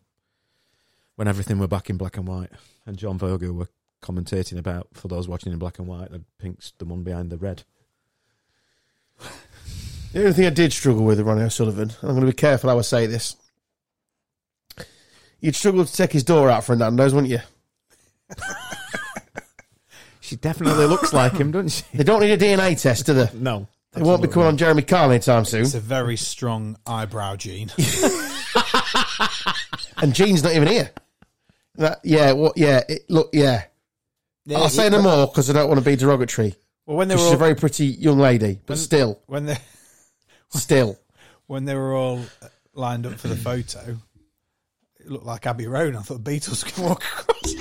Speaker 3: when everything were back in black and white, and John Virgo were commentating about for those watching in black and white, the pink's the one behind the red.
Speaker 1: The only thing I did struggle with with Ronnie O'Sullivan, and I'm going to be careful how I say this. You'd struggle to take his door out for a Nando's, wouldn't you?
Speaker 3: She definitely looks like him, doesn't she?
Speaker 1: They don't need a DNA test, do they?
Speaker 3: No,
Speaker 1: They won't be coming on Jeremy Carl anytime soon.
Speaker 2: It's a very strong eyebrow gene.
Speaker 1: And Gene's not even here. That, yeah, what? Yeah, it, look, [LAUGHS] yeah. I'll say no more because I don't want to be derogatory.
Speaker 2: Well, when they
Speaker 1: 'Cause
Speaker 2: were
Speaker 1: She's a
Speaker 2: all,
Speaker 1: very pretty young lady, but still,
Speaker 2: when they
Speaker 1: still.
Speaker 2: when they were all uh, lined up for the photo, it looked like Abbey Road. I thought Beatles could walk across.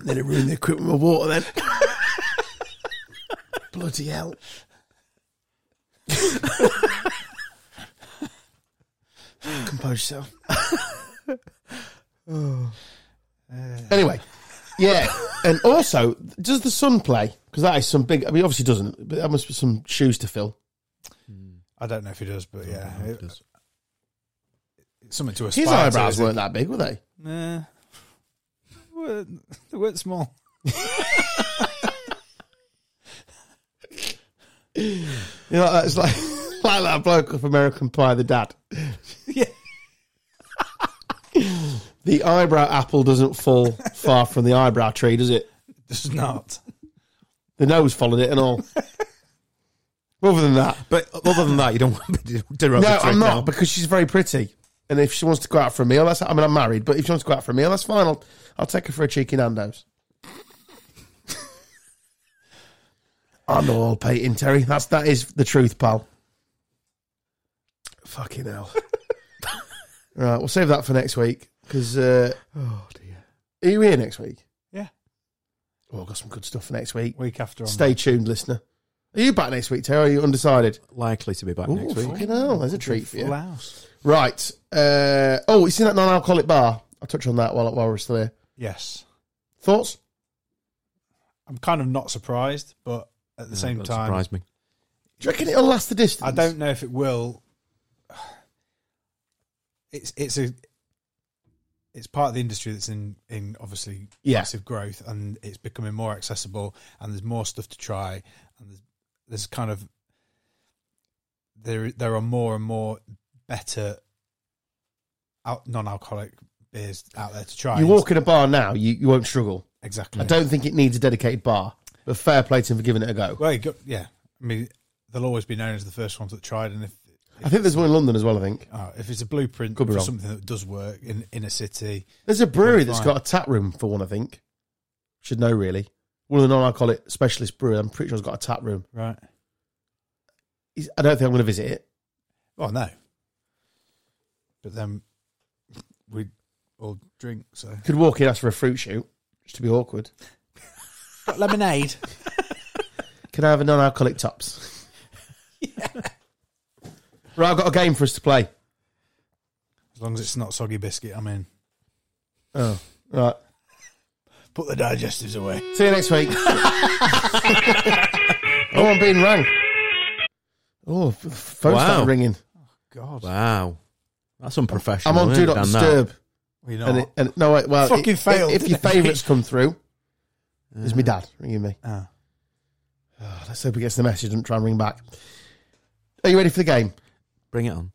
Speaker 1: Then it ruined the equipment with water.
Speaker 2: [LAUGHS]
Speaker 1: Then bloody hell! Compose yourself. Anyway, yeah, and also, does the sun play? Because that is some big. I mean, obviously doesn't, but that must be some shoes to fill.
Speaker 2: I don't know if he does, but yeah,
Speaker 3: It
Speaker 2: it-
Speaker 1: Uh,
Speaker 3: does.
Speaker 2: something to aspire
Speaker 1: His
Speaker 2: to,
Speaker 1: eyebrows
Speaker 2: isn't it?
Speaker 1: weren't that big, were they?
Speaker 2: Nah. Were- They weren't small.
Speaker 1: You know, it's like [LAUGHS] like that bloke of American Pie, the dad.
Speaker 2: [LAUGHS] Yeah.
Speaker 1: The eyebrow apple doesn't fall far from the eyebrow tree, does it?
Speaker 2: Just not.
Speaker 1: The nose followed it and all. [LAUGHS] Other than that,
Speaker 3: But other than that, you don't [LAUGHS] want to derive
Speaker 1: no,
Speaker 3: the trick
Speaker 1: I'm not
Speaker 3: now.
Speaker 1: because she's very pretty. And if she wants to go out for a meal, that's I mean I'm married, but if she wants to go out for a meal, that's fine. I'll I'll take her for a cheeky Nando's. [LAUGHS] I'm not all Peyton Terry. That's that is the truth, pal. Fucking [LAUGHS] hell. right, we'll save that for next week because uh,
Speaker 3: Oh dear.
Speaker 1: are you here next week?
Speaker 2: Yeah.
Speaker 1: Oh, I've got some good stuff for next week.
Speaker 2: Week after on.
Speaker 1: Stay tuned, listener. Are you back next week, Terry? Or are you undecided?
Speaker 3: Likely to be back
Speaker 1: Ooh,
Speaker 3: next week.
Speaker 1: Fucking hell, there's a treat for you.
Speaker 2: Full house.
Speaker 1: Right. Uh, oh, it's in that non-alcoholic bar. I'll touch on that while, while we're still here.
Speaker 2: Yes.
Speaker 1: Thoughts?
Speaker 2: I'm kind of not surprised, but at the same
Speaker 3: That
Speaker 2: time,
Speaker 3: surprised me.
Speaker 1: Do you reckon it'll last the distance?
Speaker 2: I don't know if it will. It's it's a it's part of the industry that's in in obviously
Speaker 1: Yeah.
Speaker 2: massive growth, and it's becoming more accessible, and there's more stuff to try, and there's, there's kind of there there are more and more better out, non-alcoholic beers out there to try.
Speaker 1: You walk in a bar now, you, you won't struggle.
Speaker 2: exactly.
Speaker 1: I don't think it needs a dedicated bar. But fair play to him for giving it a go.
Speaker 2: Well, you got, yeah. I mean, they'll always be known as the first ones that tried, and if
Speaker 1: I think there's one in London as well, I think.
Speaker 2: uh, if it's a blueprint
Speaker 1: Could be
Speaker 2: for
Speaker 1: wrong.
Speaker 2: something that does work in in a city,
Speaker 1: There's a brewery that's
Speaker 2: Fine.
Speaker 1: got a tap room for one, I think. Should know, really. One of the non-alcoholic specialist brewery. I'm pretty sure it's got a tap room.
Speaker 2: right?
Speaker 1: He's- I don't think I'm going to visit it.
Speaker 2: Well, no. But then we all drink, so
Speaker 1: Could walk in, ask for a fruit shoot, just to be awkward.
Speaker 2: got lemonade.
Speaker 1: Can I have a non-alcoholic
Speaker 2: [LAUGHS]
Speaker 1: tops? Right, I've got a game for us to play.
Speaker 2: As long as it's not soggy biscuit, I'm in.
Speaker 1: Oh, right.
Speaker 2: Put the digestives away.
Speaker 1: See you next
Speaker 2: [LAUGHS]
Speaker 1: week. oh, I'm being rang. Oh, f- phone
Speaker 3: Wow.
Speaker 1: started ringing.
Speaker 2: God,
Speaker 3: Wow. That's unprofessional.
Speaker 1: I'm on
Speaker 3: isn't
Speaker 1: Do
Speaker 3: it,
Speaker 1: Not
Speaker 3: Dan, that?
Speaker 1: Disturb.
Speaker 2: we
Speaker 1: And, it, and no, wait, well,
Speaker 2: Oh. Fucking
Speaker 1: it-
Speaker 2: failed,
Speaker 1: If, if your
Speaker 2: didn't it?
Speaker 1: favourites come through, there's my dad ringing me.
Speaker 2: Ah.
Speaker 1: Oh, let's hope he gets the message and try and ring back. Are you ready for the game?
Speaker 3: Bring it on.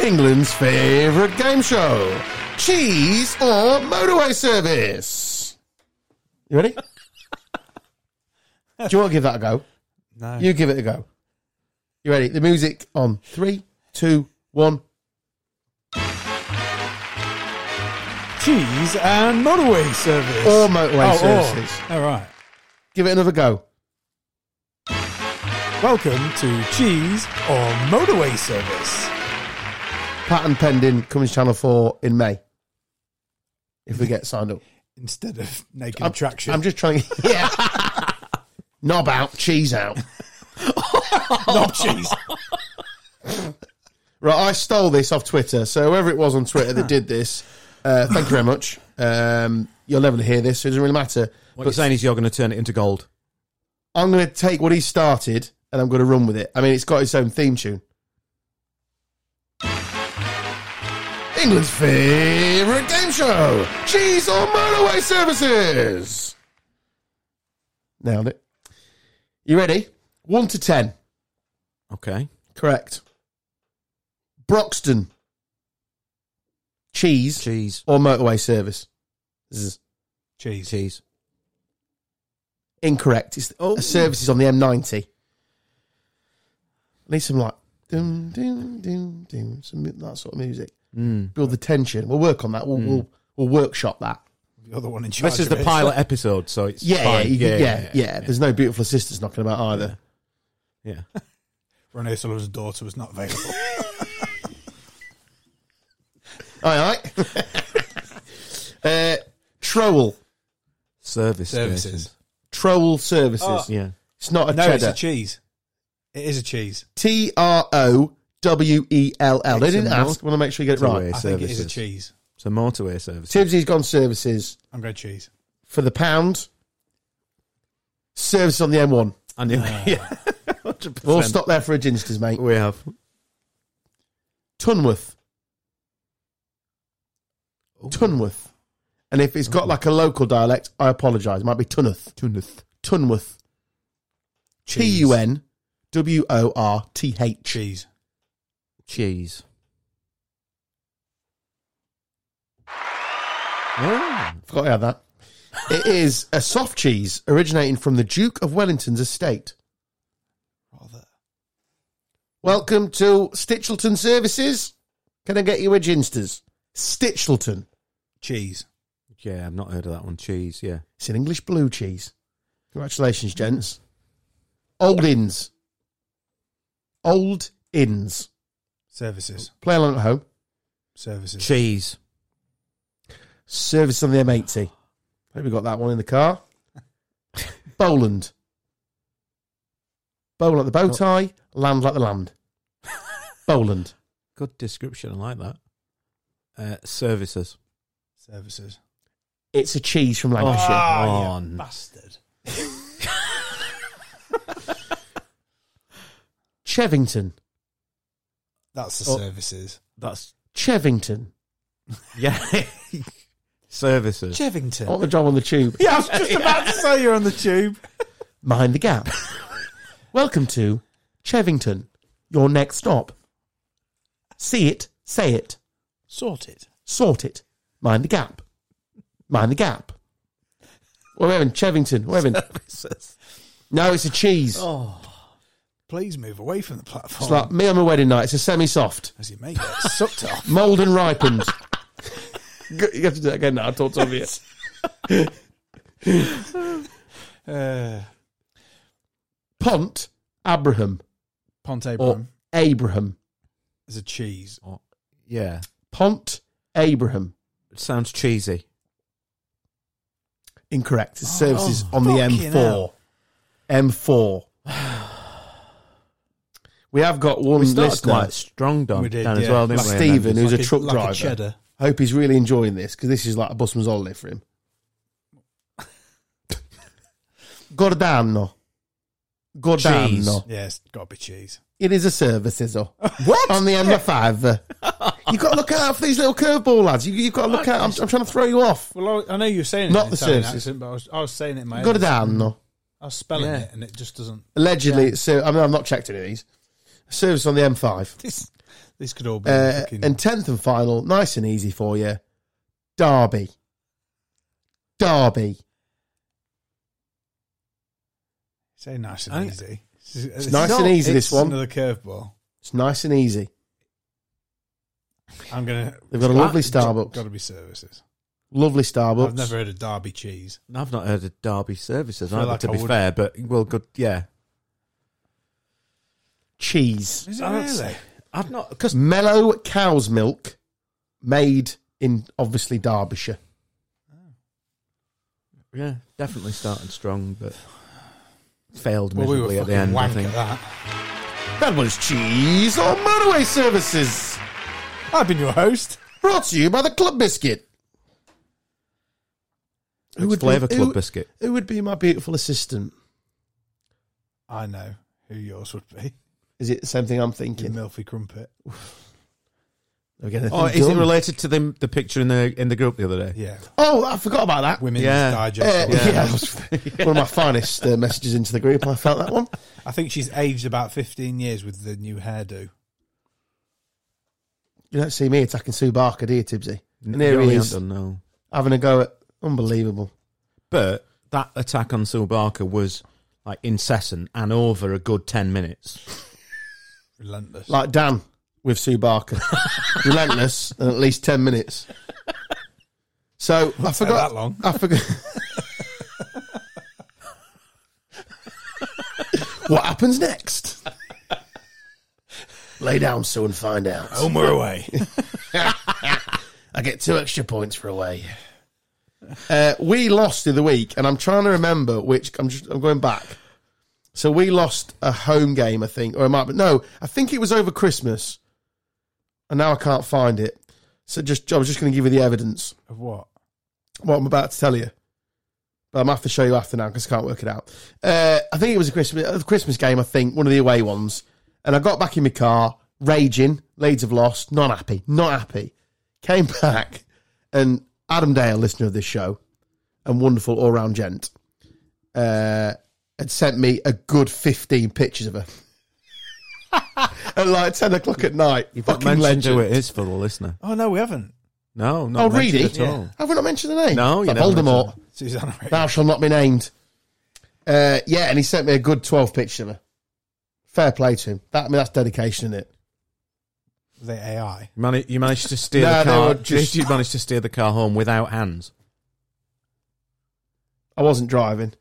Speaker 1: England's favourite game show: cheese or motorway service. You ready? Do you want to give that a go?
Speaker 2: no,
Speaker 1: You give it a go. You ready? The music on three, two, one.
Speaker 2: cheese and motorway service
Speaker 1: Or motorway
Speaker 2: Oh, or.
Speaker 1: services.
Speaker 2: All right.
Speaker 1: Give it another go.
Speaker 2: Welcome to cheese or motorway service.
Speaker 1: Pattern pending. Cummins Channel Four in May. If we get signed up,
Speaker 2: Instead of naked
Speaker 1: I'm,
Speaker 2: attraction,
Speaker 1: I'm just trying. [LAUGHS] Yeah. Knob out, cheese out.
Speaker 2: not cheese.
Speaker 1: Right, I stole this off Twitter. So whoever it was on Twitter that did this, uh, thank you very much. Um, you'll never hear this, so it doesn't really matter.
Speaker 3: What you're saying is you're going to turn it into gold.
Speaker 1: I'm going to take what he started and I'm going to run with it. I mean, it's got its own theme tune. England's favourite game show, cheese or motorway services. Nailed it. You ready? One to ten.
Speaker 3: Okay.
Speaker 1: Correct. Broxton. Cheese
Speaker 3: Cheese.
Speaker 1: or motorway service? Zzz.
Speaker 2: [LAUGHS] Cheese.
Speaker 3: Cheese.
Speaker 1: Incorrect. It's
Speaker 3: Oh.
Speaker 1: a service is on the M90. I need some like dum dum dum dum, some mu- that sort of music.
Speaker 3: Mm.
Speaker 1: Build the tension. We'll work on that. We'll we'll, we'll workshop that.
Speaker 2: You're the one in charge.
Speaker 3: This is
Speaker 2: of
Speaker 3: the
Speaker 2: it.
Speaker 3: pilot episode, so it's
Speaker 1: Yeah,
Speaker 3: fine.
Speaker 1: yeah, yeah, yeah, There's no beautiful sisters knocking about either.
Speaker 3: yeah.
Speaker 2: Renee Sullivan's daughter was not available.
Speaker 1: Aye, aye. uh, Trowel,
Speaker 3: Service
Speaker 2: Services.
Speaker 1: Trowel Services.
Speaker 3: stations. Yeah.
Speaker 1: It's not a
Speaker 2: No, it's
Speaker 1: cheddar.
Speaker 2: a cheese. It is a cheese.
Speaker 1: T R O W E L L. They
Speaker 3: It's a
Speaker 1: didn't ask. Want to make sure you get it right.
Speaker 3: Motorway
Speaker 2: I think it is a
Speaker 3: services.
Speaker 2: cheese.
Speaker 3: It's a motorway service.
Speaker 1: Tibbsy's gone services
Speaker 2: I'm going cheese.
Speaker 1: for the pound. Service on the M1.
Speaker 3: I knew. [LAUGHS] Yeah. 100%.
Speaker 1: We'll stop there for a ginsters, mate.
Speaker 3: We have.
Speaker 1: Tunworth. Tunworth. And if it's got like a local dialect, I apologise. It might be Tunworth.
Speaker 3: Tunith.
Speaker 1: Tunworth. T U N W O R T H.
Speaker 2: Cheese.
Speaker 3: Cheese. Yeah.
Speaker 1: Forgot I had that. It is a soft cheese originating from the Duke of Wellington's estate.
Speaker 2: Rather.
Speaker 1: Welcome to Stitchleton Services. Can I get you a ginsters? Stitchleton.
Speaker 2: Cheese.
Speaker 3: Yeah, I've not heard of that one. Cheese, yeah.
Speaker 1: It's an English blue cheese. Congratulations, gents. Old Inns. Old Inns.
Speaker 2: Services.
Speaker 1: Play along at home.
Speaker 2: Services.
Speaker 3: Cheese.
Speaker 1: Service on the M80. Hope we got that one in the car. [LAUGHS] Bowland. Bowl like the bow tie, land like the land. Bowland.
Speaker 3: Good description. I like that. Uh, services.
Speaker 2: Services.
Speaker 1: It's a cheese from Lancashire.
Speaker 3: Ah, you
Speaker 2: bastard.
Speaker 1: Chevington.
Speaker 2: That's the
Speaker 3: Oh.
Speaker 2: services. [LAUGHS]
Speaker 3: That's
Speaker 1: Chevington.
Speaker 3: yeah. services.
Speaker 1: I want
Speaker 2: Chevington.
Speaker 1: the job on the tube.
Speaker 2: Yeah, I was just about to say you're on the tube.
Speaker 1: Mind the gap. Welcome to Chevington, your next stop. See it, say it,
Speaker 2: Sort it.
Speaker 1: sort it. Mind the gap. Mind the gap. We're having Chevington. We're having.
Speaker 3: Services.
Speaker 1: No, it's a cheese.
Speaker 2: Oh, Please move away from the
Speaker 1: It's
Speaker 2: platform.
Speaker 1: like me on my wedding night. It's a semi soft,
Speaker 2: As you make it
Speaker 1: [LAUGHS]
Speaker 2: sucked off.
Speaker 1: mould and ripened. Go- you have to do that again now. I talked over you.
Speaker 2: Uh,
Speaker 1: Pont Abraham
Speaker 2: Ponte
Speaker 1: or
Speaker 2: Abraham
Speaker 1: Abraham.
Speaker 2: is a cheese.
Speaker 3: Oh, Yeah.
Speaker 1: Pont Abraham.
Speaker 3: It sounds cheesy.
Speaker 1: Incorrect. It's services
Speaker 2: Oh,
Speaker 1: on the
Speaker 2: fucking
Speaker 1: M4.
Speaker 2: hell.
Speaker 1: M4. [SIGHS] We have got one
Speaker 3: We started
Speaker 1: listener.
Speaker 3: quite strong, Don,
Speaker 2: We did,
Speaker 3: Dan, as
Speaker 2: yeah.
Speaker 3: well, didn't
Speaker 1: Like
Speaker 3: we? And
Speaker 1: Stephen,
Speaker 3: then-
Speaker 1: who's a truck
Speaker 2: like
Speaker 1: driver.
Speaker 2: A cheddar.
Speaker 1: Hope he's really enjoying this because this is like a busman's holiday for him. [LAUGHS] Gordano. Gordano.
Speaker 2: Yeah, it's got to be cheese.
Speaker 1: It is a services. [LAUGHS] What? On the [LAUGHS] M5. You've got to look out for these little curveball lads. You, you've got to look out. I'm, I'm trying to throw you off.
Speaker 2: Well, I, I know you were saying it
Speaker 1: Not
Speaker 2: in
Speaker 1: the
Speaker 2: Italian
Speaker 1: services.
Speaker 2: accent, but I was, I was saying it in my head.
Speaker 1: Gordano.
Speaker 2: I was spelling
Speaker 3: Yeah.
Speaker 2: it, and it just doesn't. [LAUGHS]
Speaker 1: Allegedly, it's ser- I mean, I've not checked any of these. Service on the M5.
Speaker 2: This, this could all be.
Speaker 1: Uh,
Speaker 2: fucking-
Speaker 1: and tenth and final, nice and easy for you. Derby. Derby.
Speaker 2: say nice
Speaker 3: I-
Speaker 2: and easy. It's, it's
Speaker 1: nice
Speaker 3: and
Speaker 1: easy, this
Speaker 2: it's
Speaker 1: one.
Speaker 2: Another curveball.
Speaker 1: It's nice and easy.
Speaker 2: I'm gonna.
Speaker 1: They've got a
Speaker 3: That-
Speaker 1: lovely Starbucks.
Speaker 2: Got to be services.
Speaker 1: lovely Starbucks.
Speaker 2: I've never heard of Derby cheese.
Speaker 3: I've not heard of Derby services
Speaker 2: Feel
Speaker 3: either,
Speaker 2: like
Speaker 3: to
Speaker 2: I
Speaker 3: be
Speaker 2: would-
Speaker 3: fair, but well, good, yeah.
Speaker 1: Cheese.
Speaker 2: Is
Speaker 3: it really? I've not, because
Speaker 1: Mellow cow's milk made in obviously Derbyshire.
Speaker 3: Yeah, definitely started strong, but failed
Speaker 2: Well, we
Speaker 3: miserably
Speaker 2: were
Speaker 3: at
Speaker 2: fucking
Speaker 3: the end. I
Speaker 2: wank
Speaker 3: think.
Speaker 2: at that.
Speaker 1: That was cheese on motorway services.
Speaker 2: I've been your host.
Speaker 1: Brought to you by the Club Biscuit.
Speaker 3: It's
Speaker 1: would be-
Speaker 3: flavour club
Speaker 1: who-
Speaker 3: biscuit.
Speaker 1: Who would be my beautiful assistant?
Speaker 2: I know who yours would be.
Speaker 1: Is it the same thing I'm thinking?
Speaker 2: Milfy Crumpet.
Speaker 1: We're getting a
Speaker 3: Oh,
Speaker 1: thing
Speaker 3: is it
Speaker 1: done.
Speaker 3: related to the the picture in the in the group the other day?
Speaker 2: Yeah.
Speaker 1: Oh, I forgot about that.
Speaker 2: Women's
Speaker 3: Yeah.
Speaker 1: Uh,
Speaker 2: Digest.
Speaker 1: yeah, [LAUGHS] that was one of my finest uh, messages into the group. I felt that one.
Speaker 2: I think she's aged about 15 years with the new hairdo.
Speaker 1: You don't see me attacking Sue Barker, do you, Tibbsy? And here
Speaker 3: Really
Speaker 1: he is,
Speaker 3: don't know.
Speaker 1: having a go at unbelievable.
Speaker 3: But that attack on Sue Barker was like incessant and over a good ten minutes.
Speaker 2: Relentless.
Speaker 1: Like Dan with Sue Barker, relentless and at least ten minutes. So I forgot
Speaker 2: that long.
Speaker 1: I
Speaker 2: [LAUGHS]
Speaker 1: forgot. what happens
Speaker 2: [LAUGHS]
Speaker 1: next? Lay down, Sue, and find out.
Speaker 2: Home or away. [LAUGHS]
Speaker 1: I get two extra points for away. Uh, we lost the other week, and I'm trying to remember which. I'm just I'm going back. So we lost a home game, I think, or it might be no. I think it was over Christmas, and now I can't find it. So just I was just going to give you the evidence
Speaker 2: of what?
Speaker 1: what I'm about to tell you. But I'm gonna have to show you after now because I can't work it out. Uh, I think it was a Christmas a Christmas game. I think one of the away ones, and I got back in my car, raging. Leeds have lost. Not happy. Not happy. Came [LAUGHS] back, and Adam Dale, listener of this show, and wonderful all round gent, uh, had sent me a good fifteen pictures of her. [LAUGHS] at like ten o'clock at night.
Speaker 3: You've not
Speaker 1: fucking
Speaker 3: mentioned
Speaker 1: legend.
Speaker 3: who it is for the listener.
Speaker 2: Oh no, we haven't.
Speaker 3: No, not
Speaker 1: Oh,
Speaker 3: mentioned
Speaker 1: really?
Speaker 3: at all.
Speaker 1: Have we not mentioned the name?
Speaker 3: No, you
Speaker 1: like
Speaker 3: never mentioned
Speaker 1: Voldemort.
Speaker 2: Susanna. Ray.
Speaker 1: Thou shall not be named. Uh, yeah, and he sent me a good twelve pictures of her. Fair play to him. That I mean, that's dedication, isn't it?
Speaker 2: The AI.
Speaker 3: You, mani- you managed to steer
Speaker 1: No, they
Speaker 3: the car.
Speaker 1: were just-
Speaker 3: [LAUGHS] You managed to steer the car home without hands.
Speaker 1: I wasn't driving.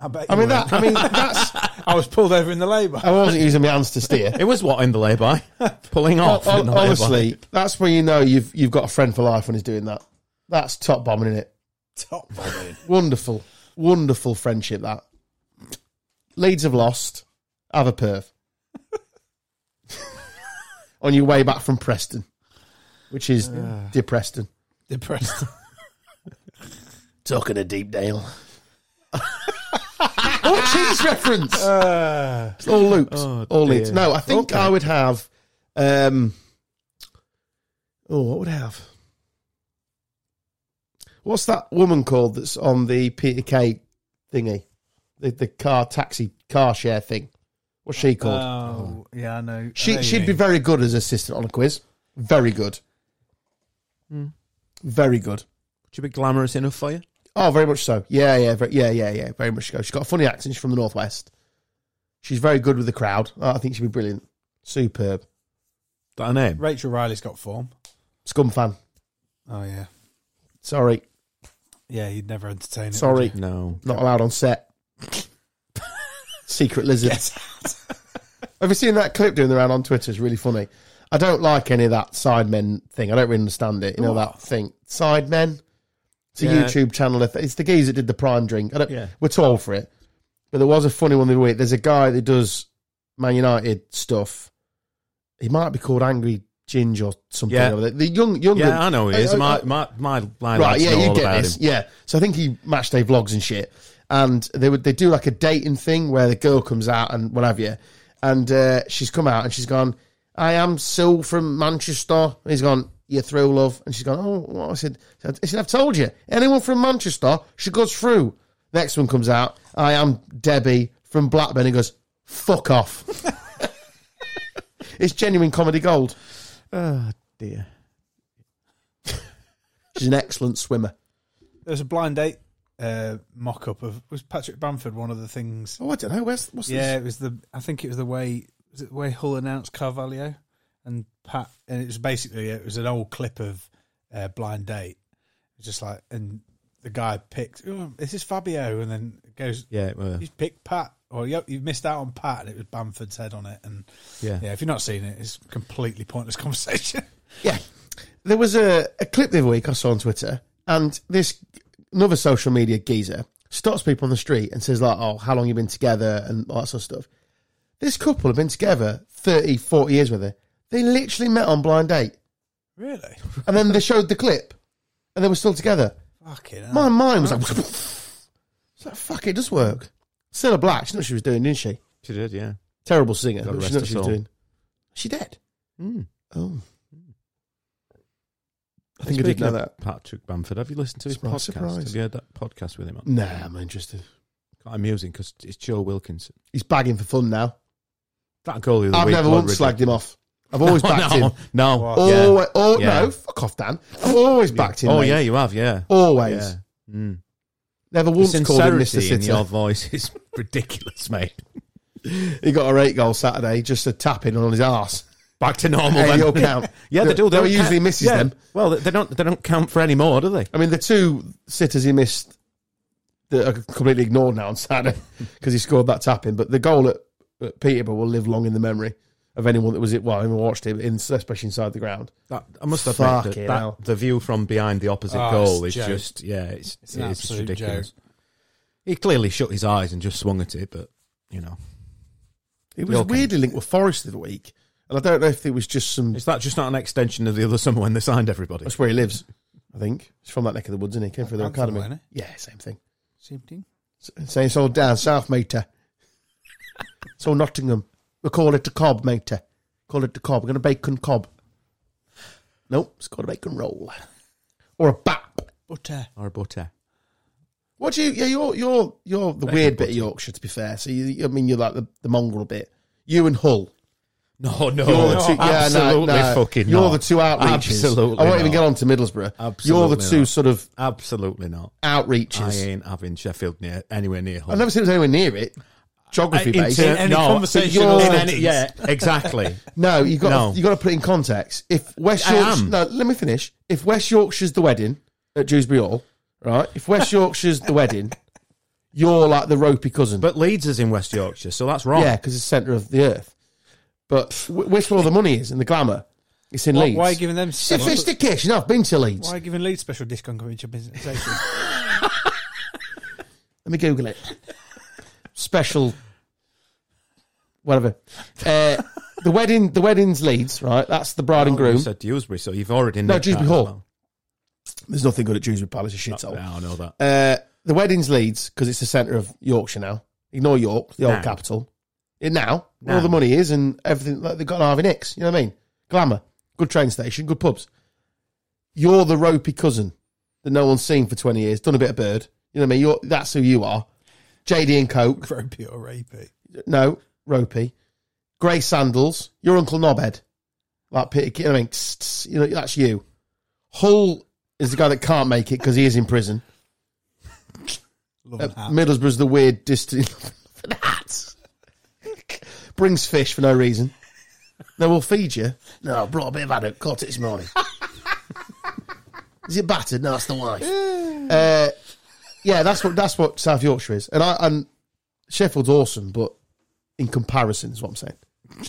Speaker 2: I bet.
Speaker 1: I
Speaker 2: you
Speaker 1: mean
Speaker 2: were.
Speaker 1: that. I mean that's.
Speaker 2: [LAUGHS] I was pulled over in
Speaker 1: [LAUGHS]
Speaker 2: the labour.
Speaker 1: I wasn't using my hands to steer.
Speaker 3: It was what in the lay-by? [LAUGHS] Pulling off.
Speaker 1: Hon-
Speaker 3: in the lay-by.
Speaker 1: honestly, that's when you know you've you've got a friend for life when he's doing that. That's top bombing, isn't it?
Speaker 2: Top bombing.
Speaker 1: Wonderful, wonderful friendship that. Leeds have lost. Have a perv [LAUGHS] on your way back from Preston, which is dear Preston. [LAUGHS]
Speaker 2: Depressed.
Speaker 1: Talking a deep [LAUGHS] Dale. oh, cheese reference.
Speaker 2: Uh,
Speaker 1: It's all loops. all
Speaker 3: dear.
Speaker 1: loops. No, I think I would have. Um, oh, what would I have? What's that woman called that's on the Peter Kay thingy? The, the car taxi car share thing. What's she called?
Speaker 2: oh yeah, I know. I know
Speaker 1: she
Speaker 2: you
Speaker 1: she'd be
Speaker 2: mean.
Speaker 1: very good as assistant on a quiz. Very good. Hmm. Very good.
Speaker 3: Would you be glamorous enough for you?
Speaker 1: Oh, very much so. Yeah, yeah, very, yeah, yeah, yeah. Very much so. She's got a funny accent. She's from the northwest. She's very good with the crowd. Oh, I think she'd be brilliant. Superb.
Speaker 3: That a name?
Speaker 2: Rachel Riley's got form.
Speaker 1: Scum fan.
Speaker 2: Oh yeah,
Speaker 1: Sorry,
Speaker 2: yeah. You'd never entertain it. would
Speaker 1: sorry.
Speaker 2: you?
Speaker 3: No.
Speaker 1: Not allowed on set. [LAUGHS] Secret lizard. [LAUGHS] Have you seen that clip doing the round on Twitter? It's really funny. I don't like any of that sidemen thing. I don't really understand it. You know that thing, sidemen. It's a
Speaker 3: Yeah.
Speaker 1: YouTube channel. It's the geezer that did the prime drink. I don't,
Speaker 3: Yeah.
Speaker 1: We're tall for it, but there was a funny one the other week. There's a guy that does Man United stuff. He might be called Angry Ginge or something.
Speaker 3: Yeah.
Speaker 1: or other. the young, young.
Speaker 3: Yeah, I know who it is.
Speaker 1: I- I-
Speaker 3: My my my, my
Speaker 1: Uh, right,
Speaker 3: lads
Speaker 1: yeah,
Speaker 3: know
Speaker 1: you
Speaker 3: all
Speaker 1: get
Speaker 3: about
Speaker 1: this.
Speaker 3: him.
Speaker 1: Yeah. So I think he match day vlogs and shit. And they would they do like a dating thing where the girl comes out and what have you. And uh, she's come out and she's gone, I am Sue from Manchester. And he's gone, You're through, love. And she's gone, Oh, well, I said, I said, I've told you. Anyone from Manchester, she goes through. Next one comes out, I am Debbie from Blackburn. He goes, Fuck off. [LAUGHS] it's genuine comedy gold.
Speaker 3: Oh dear.
Speaker 1: She's an excellent swimmer.
Speaker 2: There was a blind date uh, mock-up of was Patrick Bamford one of the things
Speaker 1: Oh, I don't know. Where's, what's
Speaker 2: Yeah, it was the. I think it was the way. Was it the way Hull announced Carvalho and Pat? And it was basically it was an old clip of uh, Blind Date. It was just like, and the guy picked. Oh, this is Fabio, and then it goes.
Speaker 3: Yeah, it were.
Speaker 2: You picked Pat, or yep, you've missed out on Pat, and it was Bamford's head on it. And
Speaker 3: Yeah.
Speaker 2: yeah, if you've not seen it, it's completely pointless [LAUGHS] conversation.
Speaker 1: Yeah. There was a, a clip the other week I saw on Twitter, and this another social media geezer stops people on the street and says, like, oh, how long you been together and all that sort of stuff. This couple have been together 30, 40 years with her. They literally met on blind date.
Speaker 2: really?
Speaker 1: And then they showed the clip and they were still together.
Speaker 2: Fucking
Speaker 1: My
Speaker 2: hell.
Speaker 1: mind was like, [LAUGHS] it's like, fuck, it does work. Sarah Black, she knew what she was doing, didn't she?
Speaker 3: She did, yeah.
Speaker 1: Terrible singer,
Speaker 3: God
Speaker 1: but she
Speaker 3: rest
Speaker 1: knew
Speaker 3: her
Speaker 1: what she was
Speaker 3: soul.
Speaker 1: doing. She dead.
Speaker 3: Mm.
Speaker 1: Oh. I think I did
Speaker 3: Speaking
Speaker 1: know
Speaker 3: of
Speaker 1: that.
Speaker 3: Patrick Bamford, have you listened to his
Speaker 1: Surprise,
Speaker 3: podcast?
Speaker 1: surprise.
Speaker 3: Have you heard that podcast with him on?
Speaker 1: Nah, I'm not interested.
Speaker 3: Quite amusing because it's Joe Wilkinson.
Speaker 1: He's bagging for fun now.
Speaker 3: That goal the other
Speaker 1: I've
Speaker 3: week.
Speaker 1: never
Speaker 3: what
Speaker 1: once
Speaker 3: ridiculous-
Speaker 1: slagged him off. I've [LAUGHS]
Speaker 3: [LAUGHS]
Speaker 1: always backed
Speaker 3: Oh, no,
Speaker 1: him.
Speaker 3: No,
Speaker 2: Wow.
Speaker 1: Oh,
Speaker 3: yeah.
Speaker 1: oh
Speaker 3: Yeah.
Speaker 1: no, fuck off, Dan. I've always backed him.
Speaker 3: Oh
Speaker 1: mate.
Speaker 3: yeah, you have, yeah.
Speaker 1: always.
Speaker 3: Yeah. Mm.
Speaker 1: Never
Speaker 3: The
Speaker 1: once called him Mr.
Speaker 3: sincerity in your
Speaker 1: Sitter.
Speaker 3: voice is [LAUGHS] ridiculous, mate.
Speaker 1: He got a eight goal Saturday, just a tapping on his arse.
Speaker 3: Back to normal.
Speaker 1: Hey,
Speaker 3: then.
Speaker 1: you'll count.
Speaker 3: [LAUGHS] Yeah, they do.
Speaker 1: They
Speaker 3: don't
Speaker 1: were usually
Speaker 3: count.
Speaker 1: misses
Speaker 3: Yeah.
Speaker 1: them.
Speaker 3: Well, they don't. They don't count for any more, do they?
Speaker 1: I mean, the two sitters he missed that are completely ignored now on Saturday [LAUGHS] because he scored that tapping. But the goal at, at Peterborough will live long in the memory of anyone that was it. Well, anyone watched it, in, especially inside the ground.
Speaker 3: That, I must admit
Speaker 1: Fucking
Speaker 3: that, that
Speaker 1: hell.
Speaker 3: the view from behind the opposite
Speaker 2: Oh, it's
Speaker 3: goal
Speaker 2: a
Speaker 3: is
Speaker 2: joke.
Speaker 3: just yeah, it's Ah, it's,
Speaker 2: an
Speaker 3: it's
Speaker 2: absolute
Speaker 3: ridiculous.
Speaker 2: joke.
Speaker 3: He clearly shut his eyes and just swung at it, but you know,
Speaker 1: It was
Speaker 3: You'll count.
Speaker 1: weirdly linked with Forest the other week, and I don't know if it was just some.
Speaker 3: is that just not an extension of the other summer when they signed everybody?
Speaker 1: That's where he lives, I think. He's from that neck of the woods, isn't he? Came through the
Speaker 2: That's
Speaker 1: academy.
Speaker 2: the one, eh?
Speaker 1: Yeah, same thing.
Speaker 2: Same thing.
Speaker 1: S- Same it's all down south, matey. it's all Nottingham. We call it a cob, matey. Call it the cob. We're going to bacon cob. Nope, it's called a bacon roll. Or a bap.
Speaker 2: Butter.
Speaker 3: or a butter.
Speaker 1: What do you? Yeah, you're you're you're the weird bit of Yorkshire, to be fair. So you, I mean, you're like the, the mongrel bit. You and Hull.
Speaker 3: No, no,
Speaker 1: You're the two, yeah,
Speaker 3: absolutely
Speaker 1: no, no.
Speaker 3: fucking.
Speaker 1: You're
Speaker 3: not.
Speaker 1: the two outreaches.
Speaker 3: Absolutely,
Speaker 1: I won't
Speaker 3: not.
Speaker 1: even get on to Middlesbrough. you're the
Speaker 3: Absolutely
Speaker 1: two
Speaker 3: not.
Speaker 1: sort of
Speaker 3: Absolutely not. I
Speaker 1: outreaches.
Speaker 3: ain't having Sheffield near anywhere near
Speaker 1: I
Speaker 3: home. Uh,
Speaker 1: never seen it was anywhere near it. Geography
Speaker 3: In
Speaker 1: based.
Speaker 3: ter-
Speaker 2: any
Speaker 3: no,
Speaker 2: conversation
Speaker 3: in
Speaker 1: or
Speaker 3: [LAUGHS] any- yeah, exactly.
Speaker 1: No, you got
Speaker 3: No.
Speaker 1: you got to put it in context. If West
Speaker 3: I
Speaker 1: Yorkshire,
Speaker 3: am.
Speaker 1: no, let me finish. If West Yorkshire's the wedding at Dewsbury Hall, right? If West Yorkshire's the wedding, you're like the ropey cousin.
Speaker 3: But Leeds is in West Yorkshire, so that's wrong.
Speaker 1: Yeah, because it's centre of the earth. But wh- where's all the money is and the glamour? It's in Leeds.
Speaker 2: Why are you giving them
Speaker 1: Sophistication. I've been to Leeds.
Speaker 2: Why are you giving Leeds special discount [LAUGHS] compensation?
Speaker 1: Let me Google it. Special, whatever. Uh, the wedding. The wedding's Leeds, right? That's the bride and
Speaker 3: Oh, You
Speaker 1: groom.
Speaker 3: said Dewsbury, so you've already
Speaker 1: No,
Speaker 3: nicked
Speaker 1: Dewsbury
Speaker 3: that as
Speaker 1: Hall. There's nothing good at Dewsbury Palace. A
Speaker 3: well.
Speaker 1: shithole.
Speaker 3: Yeah, I know that.
Speaker 1: Uh, the wedding's Leeds because it's the centre of Yorkshire now. Ignore York, the old
Speaker 3: Now.
Speaker 1: capital. It now, where
Speaker 3: Now.
Speaker 1: all the money is and everything. Like they've got an Harvey Nicks. You know what I mean? Glamour, good train station, good pubs. You're the ropey cousin that no one's seen for twenty years. Done a bit of bird. You know what I mean? You're, that's who you are. JD and Coke.
Speaker 2: Ropey or rapey?
Speaker 1: No, ropey. Grey sandals. Your uncle Knobhead. Like Peter. Ki- I mean, tss, tss, you know that's you. Hull is the guy that can't make it because he is in prison.
Speaker 2: Love
Speaker 1: Uh,
Speaker 2: and hat.
Speaker 1: Middlesbrough's the weird [LAUGHS] distant hats. Brings fish for no reason. No, we'll feed you. No, I brought a bit of haddock, caught it this [LAUGHS] morning. is it battered? No, that's the wife. uh, yeah, that's what that's what South Yorkshire is, and I and Sheffield's awesome, but in comparison, is what I'm saying.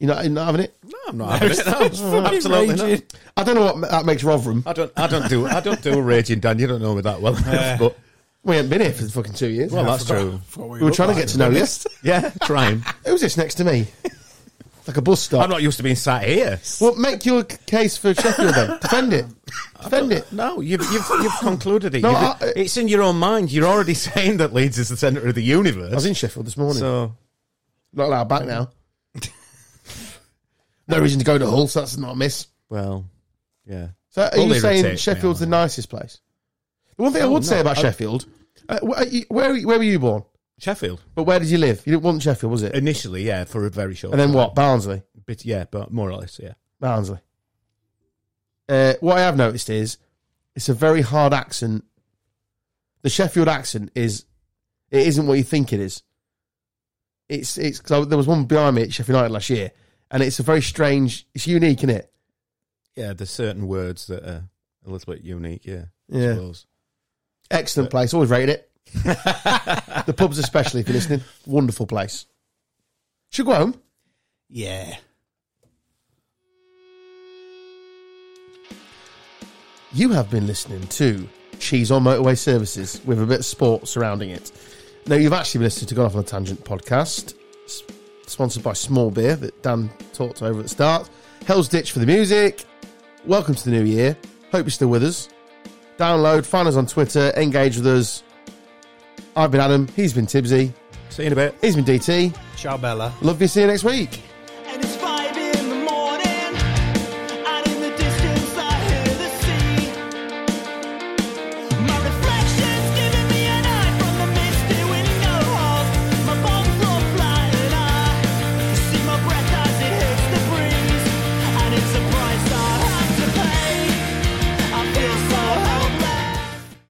Speaker 1: You know, not having it.
Speaker 3: No, [LAUGHS] I'm not having it. No, absolutely not.
Speaker 2: raging.
Speaker 1: I don't know what ma- that makes Rotherham.
Speaker 3: I don't. I don't do. I don't do raging Dan. You don't know me that well, but
Speaker 1: We haven't been here for fucking two years.
Speaker 3: well,
Speaker 1: we
Speaker 3: that's
Speaker 2: [LAUGHS]
Speaker 3: true.
Speaker 1: were trying to get to know you.
Speaker 3: Yeah, trying.
Speaker 1: Who's this next to [LAUGHS] me? Like a bus stop.
Speaker 3: I'm not used to being sat here.
Speaker 1: Well, make your c- case for Sheffield then. Defend it. Defend it.
Speaker 3: No, you've you've,
Speaker 1: [COUGHS]
Speaker 3: you've concluded it.
Speaker 1: No,
Speaker 3: You've-
Speaker 1: I-
Speaker 3: it's in your own mind. You're already [LAUGHS] saying that Leeds is the centre of the
Speaker 1: I was
Speaker 3: universe.
Speaker 1: in Sheffield this morning.
Speaker 3: So
Speaker 1: Not allowed back now. no reason to go to Hull, so that's not a miss.
Speaker 3: well, yeah.
Speaker 1: So are
Speaker 3: Hull
Speaker 1: you
Speaker 3: irritate
Speaker 1: saying
Speaker 3: me,
Speaker 1: Sheffield's the
Speaker 3: aren't
Speaker 1: nicest place? The one thing I
Speaker 3: Oh,
Speaker 1: would
Speaker 3: no,
Speaker 1: say about
Speaker 3: I-
Speaker 1: Sheffield, uh, wh- are you- where, where were you born?
Speaker 3: Sheffield
Speaker 1: But where did you live? You didn't want Sheffield, was it?
Speaker 3: initially, yeah, for a very short.
Speaker 1: And then
Speaker 3: time.
Speaker 1: what? Barnsley.
Speaker 3: Bit, yeah, but more or less, yeah.
Speaker 1: Barnsley. Uh, what I have noticed is it's a very hard accent. The Sheffield accent is it isn't what you think it is. It's it's because there was one behind me at Sheffield United last year, and it's a very strange. It's unique, isn't it?
Speaker 3: Yeah, there's certain words that are a little bit unique. Yeah, I
Speaker 1: Yeah.
Speaker 3: suppose.
Speaker 1: Excellent place. Always rated it. the pubs, especially if you're listening, wonderful place. Should go home.
Speaker 2: Yeah.
Speaker 1: You have been listening to Cheese on Motorway Services with a bit of sport surrounding it. Now, you've actually been listening to Gone Off on a Tangent podcast, s- sponsored by Small Beer that Dan talked over at the start. Hell's Ditch for the music. Welcome to the new year. Hope you're still with us. Download, find us on Twitter, engage with us. I've been Adam, he's been Tibbsy,
Speaker 3: See you in a bit.
Speaker 1: he's been DT.
Speaker 2: Ciao, Bella.
Speaker 1: Love you, see you next week.